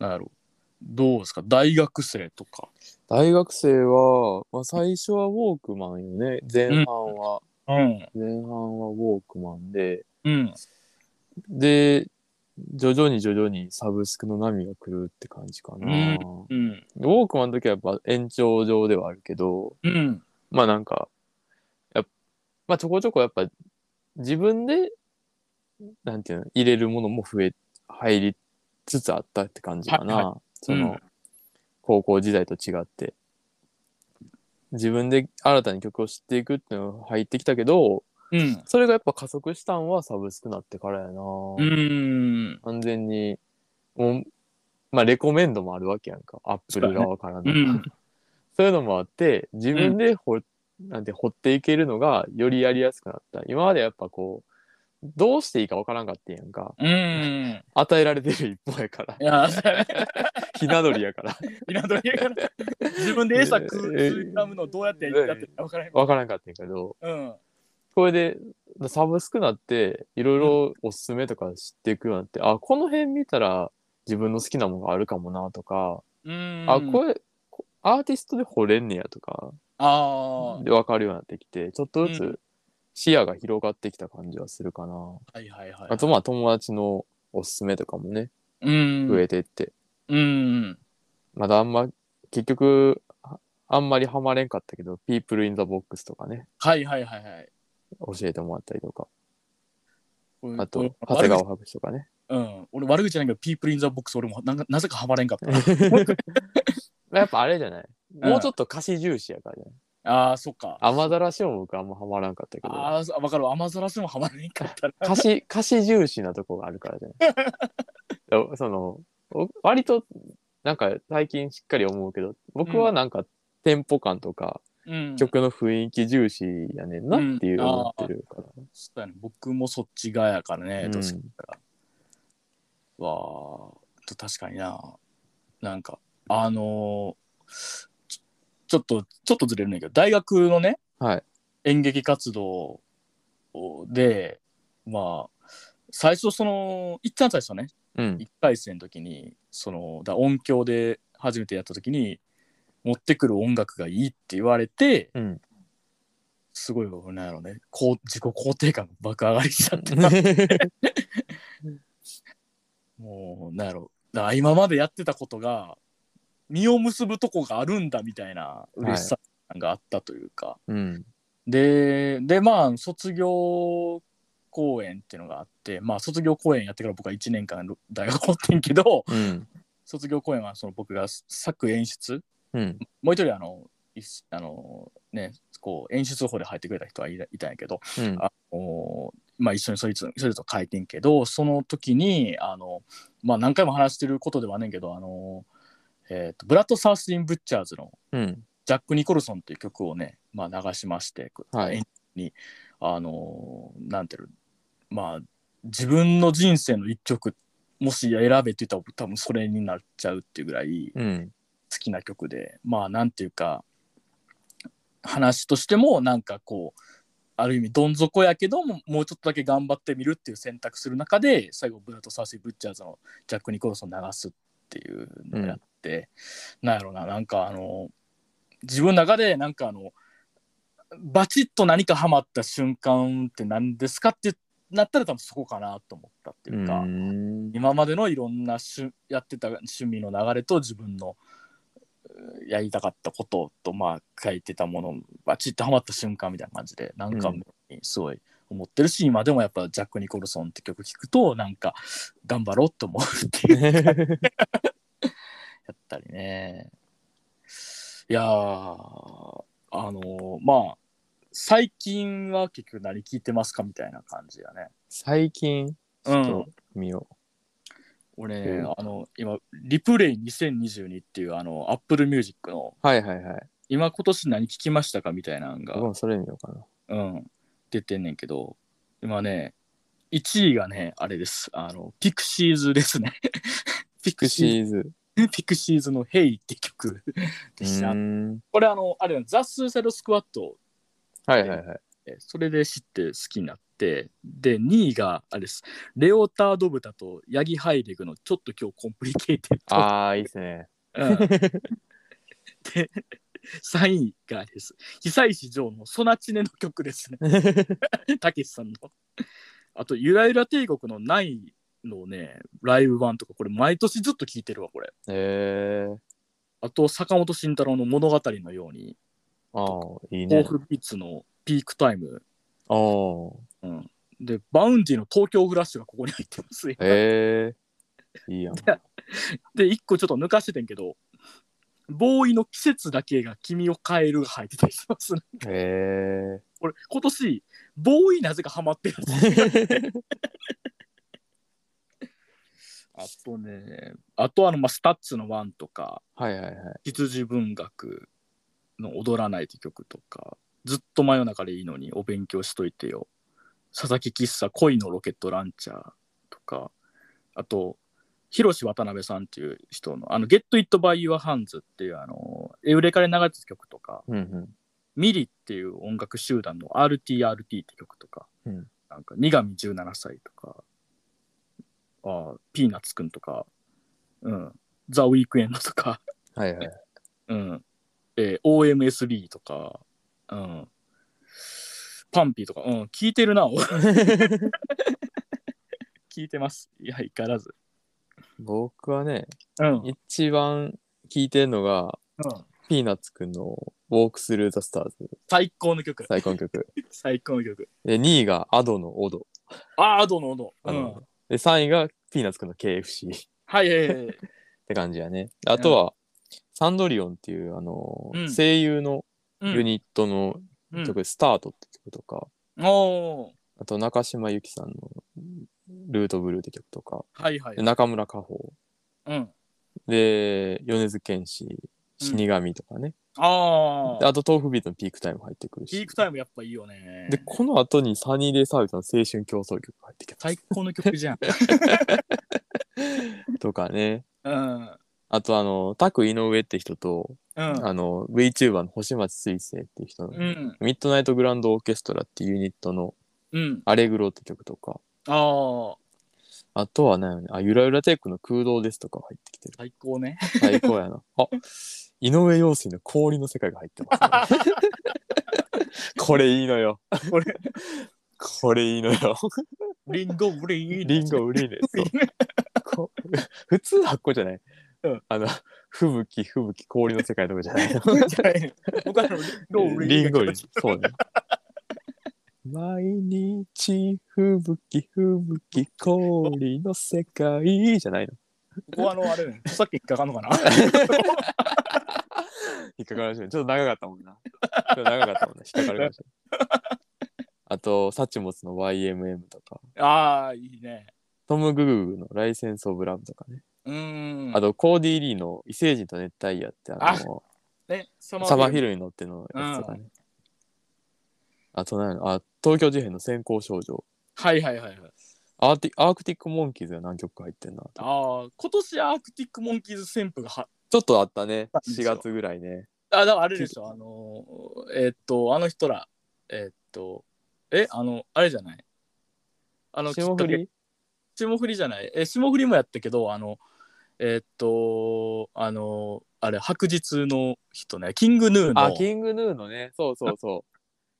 なんやろう。どうですか大学生とか。
大学生は、まあ、最初はウォークマンよね前半は、
うん。
前半はウォークマンで
うん。
で徐々に徐々にサブスクの波が来るって感じかな、
うん
ウ
うん。
ォークマンの時はやっぱ延長上ではあるけど
うん。
まあなんかやっまあちょこちょこやっぱ自分でなんていうの入れるものも増え入りつつあったって感じかな、
はい
その、
うん
高校時代と違って自分で新たに曲を知っていくっていうのが入ってきたけど
うん。
それがやっぱ加速したんはサブスクなってからやな、
うん。
完全にもうまあレコメンドもあるわけやんかアップル側からの、
うん。
そういうのもあって自分で掘,、なんて掘っていけるのがよりやりやすくなった今までやっぱこうどうしていいかわからんかってんやんか
うん。
与えられてる一方やから
いや、そうやね。
ひな鳥やから
彩りやから自分で餌食うたむのどうやってやってるか分からへん。
わからんかってんけど
うん。
これでサブスクなっていろいろおすすめとか知っていくようになって、あこの辺見たら自分の好きなものがあるかもなとか、
うん。
あこれこアーティストで掘れんねやとか
あ
で分かるようになってきてちょっとず
う
つ視野が広がってきた感じはするかな、
あ。はいはいはい。
あとまあ友達のおすすめとかもね
うん。
増えてって、
うん。
まだあんま結局ああんまりハマれんかったけど「People in the Box」とかね
はいはいはいはい。
教えてもらったりとか
これ
あと
これ
長谷川博士とかね
うん、俺悪口じゃないけど、ピープルインザボックス俺もなんかなぜかハマれんかった。
やっぱあれじゃない、もうちょっと歌詞重視やからじゃない
ああ、そっか。
雨ざらしも僕あんまハマらんかったけど
ああ、わかる。雨ざらしもハマれんか
[LAUGHS]
ったな。
歌詞歌詞重視なとこがあるからじゃない
[LAUGHS]
おそのお割となんか最近しっかり思うけど僕はなんかテンポ感とか
うん、
曲の雰囲気重視やねんなっていう
うん
思ってるから、
そうやね。僕もそっち側やからね
う、ん
どっちかから。わあ、確かにな。なんか、あのーちちょっと、ちょっとずれるねんだけど、大学のね、
はい
演劇活動をで、まあ、最初その、一旦最初ね、
うん
1回戦の時にそのだ音響で初めてやった時に持ってくる音楽がいいって言われて
うん、
すごいなんやろうねこう自己肯定感が爆上がりしちゃってな [LAUGHS]
う
もうなんやろだから今までやってたことが実を結ぶとこがあるんだみたいな嬉しさがあったというか、 [LAUGHS]
ん
ででまあ卒業公演っていうのがあってまあ卒業公演やってから僕は1年間大学おってんけど
うん
卒業公演はその僕が作演出
うん
もう一人あの、いっあのね、こう演出法で入ってくれた人はいたいたんやけど、
うん
あのまあ、一緒にそいつそれと書いてんけどその時にあの、まあ、何回も話してることではねんけどあの、えー、とブラッド・サウスリン・ブッチャーズの
うん
ジャック・ニコルソンっていう曲をね、まあ、流しまして、
はい
演出にあのなんていうのまあ自分の人生の一曲もし選べって言ったら多分それになっちゃうっていうぐらい。
うん
好きな曲でまあなんていうか話としてもなんかこうある意味どん底やけどももうちょっとだけ頑張ってみるっていう選択する中で最後ブラッド・サーシー・ブッチャーズのジャック・ニコルソン流すっていうのをやって、なんやろななんかあの自分の中でなんかあのバチッと何かハマった瞬間って何ですかってなったら多分そこかなと思ったっていうか。
うん [LAUGHS]
今までのいろんな趣やってた趣味の流れと自分のうーやりたかったこととまあ書いてたものバチッとハマった瞬間みたいな感じでなんか
うん
すごい思ってるし今でもやっぱジャック・ニコルソンって曲聴くとなんか頑張ろうと思うっていうやったりねいやーあのーまあ最近は結局何聴いてますかみたいな感じだね
最近、ちょっと見よ
俺、
えー
あの今リプレイ2022っていうあの Apple Music の
う。はいはいはい。
今今年何聴きましたかみたいなの
僕
が、
もそれ見ようかな。
うん、出てんねんけど今ね1位がねあれですあのピクシーズですね [LAUGHS] ピ
ク
クシ
シーズ。
ー [LAUGHS] ズピクシーズの「ヘイって曲
う
でした、
ーん。
これあのあれザ・スーサイド・スクワット
はいはいはい。
えそれで知って好きになってで2位があれですレオタード・ブタとヤギ・ハイレグの「ちょっと今日コンプリケイテッド」
ああ、いいです
[LAUGHS]
ね。
うんで3位があれです久石譲の「ソナチネ」の曲ですねたけしさんのあと「ゆらゆら帝国」の9位のねライブ版とかこれ毎年ずっと聴いてるわこれ
えー。
あと坂本慎太郎の物語のように
ああ、いい
オー
ね。
フビーツのピークタイム、
ああ。
うん、でバウンディの東京フラッシュがここに入ってますよ
ええいいやん。
で1個ちょっと抜かしててんけどボーイの季節だけが君を変えるが入ってたりしますね
え
俺今年ボーイなぜかハマってるんです
え
あとね、あとあの、まあ、スタッツのワンとか、
はいはいはい。
羊文学の踊らないって曲とか、ずっと真夜中でいいのにお勉強しといてよ。佐々木喫茶恋のロケットランチャーとか、あと、広志渡辺さんっていう人の、あの、Get It By Your Hands っていう、あの、エウレカで流れてた曲とか、
うんうん。
ミリっていう音楽集団の RTRT って曲とか、
うん
なんか、苦味17歳とか、あーピーナッツくんとか、うん、ザ・ウィークエンドとか、 [LAUGHS]
はいはい。
うん、えー OMSB とか、うん、パンピーとか、うん、聞いてる
[LAUGHS]
な、俺聞いてます。いや、相変わらず。
僕はね、
うん、うん、
一番聞いてるのが、ピーナッツくんの「ウォークスルー・ザ・スターズ
最高の」曲、
最高の
[LAUGHS]
曲。
最高の曲。
で、2位がアドのオド。
あー、どのど
う
の。うん
ん、で、3位がピーナッツくんの KFC っ
はい、はいはいはい、
て感じやね。であとは、サンドリオンっていう、あのー
うん
声優の
うん
ユニットの
うん
曲、スタートって曲とか、
おー
あと中島由紀さんのルートブルーって曲とか、
はいはい
で。中村佳穂、
うん。
で、米津玄師、死神とかね。
あ
で
あ。
あと、豆腐ビートのピークタイム入ってくるし。
ピークタイムやっぱいいよね。
で、この後にサニーデイサービスの青春競争曲が入ってき
最高の曲じ
[LAUGHS]
ゃん。
たとかね。
うん。
あと、あの、タク井上って人と、
うん。
あの、VTuber の星町水星っていう人の、
うん。
ミッドナイトグランドオーケストラっていうユニットの
うん。
アレグロって曲とか、
ああ。
あとは何よね、あ、ゆらゆらテイクの空洞ですとか入ってきてる。
最高ね。
最高やな。 [LAUGHS] あ、井上陽水の氷の世界が入ってます、 [LAUGHS] ね。これいいのよ。
これ、
これいいのよ。
リンゴ、リン
リンゴ売りね。そうこ普通はこうじゃない、
うん
あの、吹雪、吹雪、氷の世界とかじゃないの
じゃない僕はあのリンゴ、
リンゴ売
が
り。そうね。毎日、吹 [LAUGHS] 雪、吹雪、氷の世界じゃないの。
ここあの、あれね、さっき引っかかんのかな
引っかかるらしい。ちょっと長かったもんな。ちょっと長かっ
[LAUGHS]
たもんな。引っかかるかもしれない。あと、サチモスの YMM とか、
あ
[LAUGHS]
あ、いいね。
トム・グググのライセンス・オブ・ラブとかね。
うーん。
あと、コーディー・リーの異星人と熱帯夜って、あの、
ね、サ
サマーフィ
ル。
ルに乗ってのやつとかね。あと何あ、東京事変の先行少女。
はいはいはいはい。
アーティアークティックモンキーズが何曲か入ってんな。ち
ああ、今年アークティックモンキーズ旋風がは、
ょっとあったね。
あ
4月ぐらいね。
あ、だからあれでしょ、あのー、えーっと、あの人ら、えーっと、え、あの、あれじゃないあの、
霜降
きっかけ
り
霜降りじゃない。え、霜降りもやったけど、あの、えーっと、あの、あれ、白日の人ね、キングヌー
あ、
の
キングヌーのね。そうそうそう。
[LAUGHS]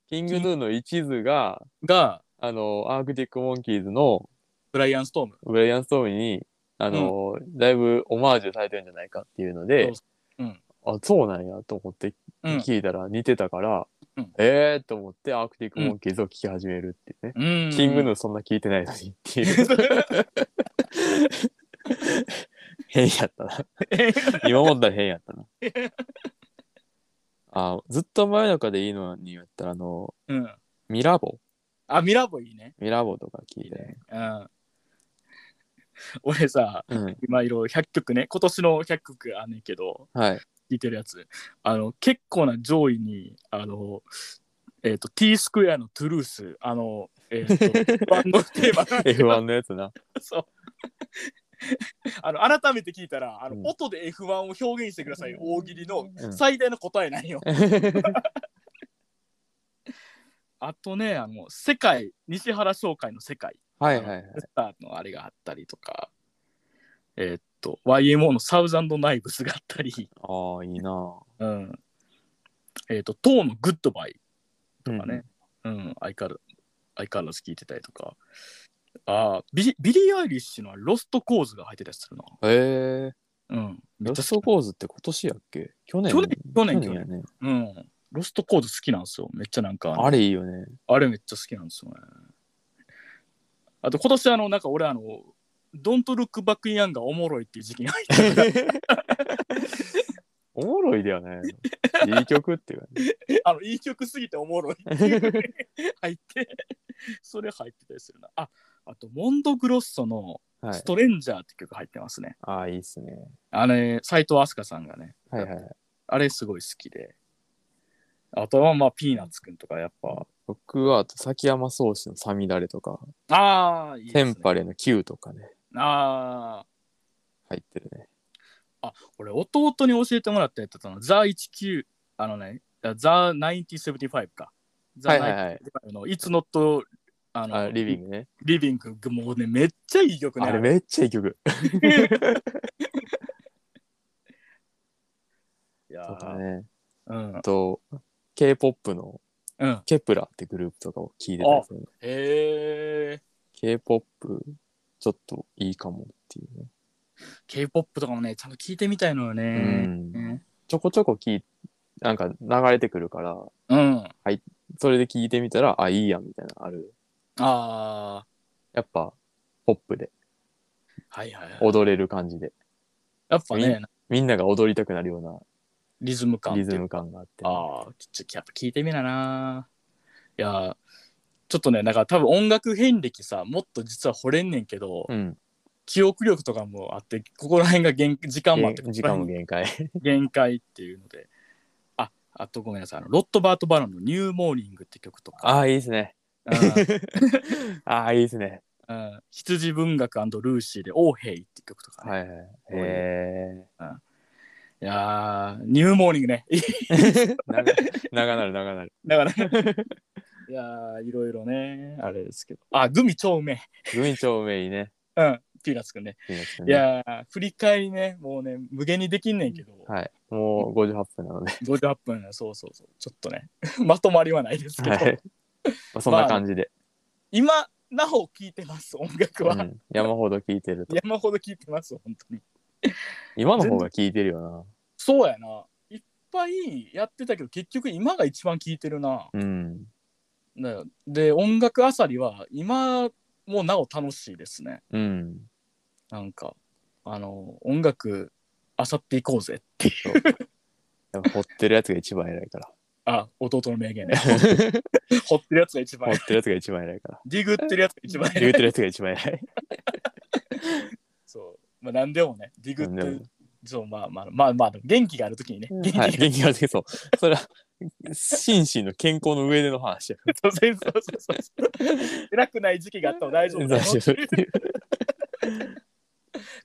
キングヌーの一途が、
が、
あの、アークティックモンキーズの
ブライアン・ストーム。
ブライアン・ストーミーに、あの、だいぶオマージュされてるんじゃないかっていうので、
そう
あ、そうなんやと思って
うん
聞いたら似てたから、
うん
えーと思ってアークティック・モンキーズを聴き始めるっていうね、
うん
キングヌーそんな聴いてないのにっていう変やっ
[LAUGHS]
たな今思ったら変やったなあずっと真夜中でいいのにやったらあの
うん。
ミラボ
あ、ミラボいいね。
ミラボとか聴
い
い
い
て
ねうん。俺さ、
うん
今いろいろ100曲ね、今年の100曲あんねんけど、
はい
聴いてるやつ。あの、結構な上位に、あの、えっ、と、T スクエアのトゥルース、あの、えっ、
[LAUGHS]
と、バンドのテーマなんだけど
F1 のやつな
[LAUGHS] そう。あの改めて聞いたらあの、
うん
音で F1 を表現してください大喜利の
うん
最大の答えなん
[LAUGHS]
よ。あとねあの世界西原商会の世界
はいはいはい
スターのあれがあったりとかえーっと YMO のサウザンドナイブスがあったり、
ああいいな
うん、えーっと当のグッドバイ
と
とかね、うん相変わらず相変わらず聞いてたりとかあービリビリー・アイリッシュのロストコーズが入ってたりするな。
ええ
うん、め
ロ
っちゃ
ス
好
ト
き
コーズって今年やっけ去年
去年去年
やね
うん。ロストコード好きなんですよ。めっちゃなんか、あ
あれいいよ
[LAUGHS]
ね
れめっちゃ好きなんですよね。あと今年あの、なんか俺あの、ドントルックバックインアンがおもろいっていう時期に入って
おもろいだよねいい曲っていうか
[LAUGHS]
ね [LAUGHS]
あの、いい曲すぎておもろいっていうのに入って、それ入ってたりするな。あ、あと、モンドグロッソの
は
ス
い
トレンジャーって曲入ってますね。
ああいいっすね
あれ、斎藤飛鳥さんがね、
はいはいはい
あれすごい好きで。あとはまあ、ピーナッツくんとかやっぱ、
僕はあと崎山宗志の「さみだれ」とか
ああ、いいです
テ
ね。
ンパレの「Q」とかね
ああ。
入ってるね
俺、弟に教えてもらったやつだったの、ザ19、あのね、ザ1975か。ザ
はいはいはい
1975の、いつのと、あの、
あリビングね
リビング。もうね、めっちゃいい曲ね。
あれめっちゃいい曲
いやー
とかね
うん
あ。と K-POP の
うん。
ケプラってグループとかを聞いてたりするね
へえ。
K-POP ちょっといいかもっていうね
K-POP とかもね、ちゃんと聞いてみたいのよ
う
ね。
ん
うん。
ちょこちょこ聞いなんか流れてくるから
うん。
それで聞いてみたらあいいやんみたいなのある
ああ。
やっぱポップで
はいはいはい。
踊れる感じで
やっぱね、
みんなが踊りたくなるよう
リズム
な
感ってい
リ
うか
ズム感があって
ああ、ちょっとやっぱ聞いてみなな。いやー、ちょっとね、なんか多分音楽遍歴さ、もっと実は惚れんねんけど、
うん
記憶力とかもあって、ここら辺が限時間もあって、
時間も
ここ
限界 [LAUGHS]
ら辺限界っていうので、あ、あとごめんなさい、あのロットバート・バロンのニューモーニングって曲とか、
[LAUGHS] ああいいで
[LAUGHS]
すね
うん
ああいいですね
うん羊文学ルーシーで王兵って曲とかね、、
はいいはいへ
やー、ニューモーニングね、 [LAUGHS]
え長長なる長なる
だから、いやー、いろいろね、あれですけど、あ、グミ超うめえ、
グミ超うめいね
うん、ピーナッツくんね。
いいです
い
ね
やー、振り返りね、もうね、無限にできんねんけど、
はいもう58分なので
58分、そうそうそう、ちょっとね、 [LAUGHS] まとまりはないですけど、
はいまあそんな感じで
今、なお聞いてます、音楽は。
うん山ほど聞いてると
山ほど聞いてます、本当に。
今の方が聞いてるよ
そうやな、いっぱいやってたけど、結局、今が一番聞いてるな。
なうん
だよで、音楽あさりは、今もなお楽しいですね、
うん
なんか、あの、音楽、あさっていこうぜっていう。
やっぱ掘ってるやつが一番偉
[LAUGHS]
いから
あ、弟の名
[LAUGHS]
言ね。掘ってるやつが一番
掘、ってるやつが一番偉いから
ディグってるやつが一番
言うてるやつが一番偉い
そう。まあ何でもね、ディグっ
何でも
て、そう、まあまあ、まあまあ、元気があるときにね、元気が
は
あ
い、
る
元気が出そう。それは、心身の健康の上での話やか
と、そうそうそうそう。偉くない時期があったら大丈夫
ら。
だよ
大丈
という
夫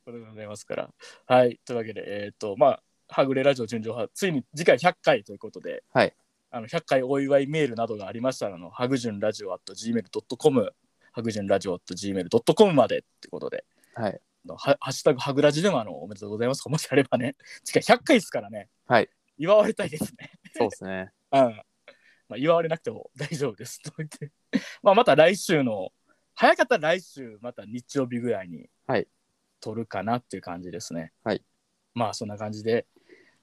ことでございますから。はい、というわけで、えっ、と、まあ、はぐれラジオ純情派、ついに次回100回ということで、
はい
あの100回お祝いメールなどがありましたら、あのはぐじゅんラジオ at gmail.com、はぐじゅんラジオ at gmail.com までってことで、
はい。
のはハッシュタグはぐらじでもあのおめでとうございますかもしあればね、次回100回ですからね、
はい、
祝われたいですね。
そうですね。
うん。まあ、祝われなくても大丈夫です。と言って。 [LAUGHS] まあ、また来週の、早かったら来週、また日曜日ぐらいに、
はい
撮るかなっていう感じですね。
はい。
まあ、そんな感じで。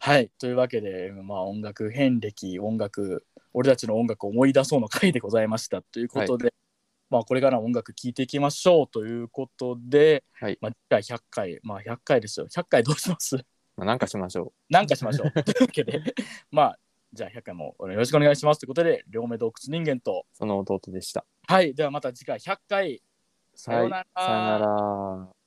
はい。というわけで、まあ、音楽遍歴、音楽俺たちの音楽を思い出そうの回でございましたということで、まあこれからも音楽聴いていきましょうということで、
はい
まあ、次回100回まあ100回ですよ100回どうします
まあ、なんかしましょ
なんかしましょ [LAUGHS] う。というわけで、まあ、じゃあ100回もよろしくお願いしますということで、両目洞窟人間と、
う。その弟でした。
はい、ではまた次回100回、さようなら。
さよなら。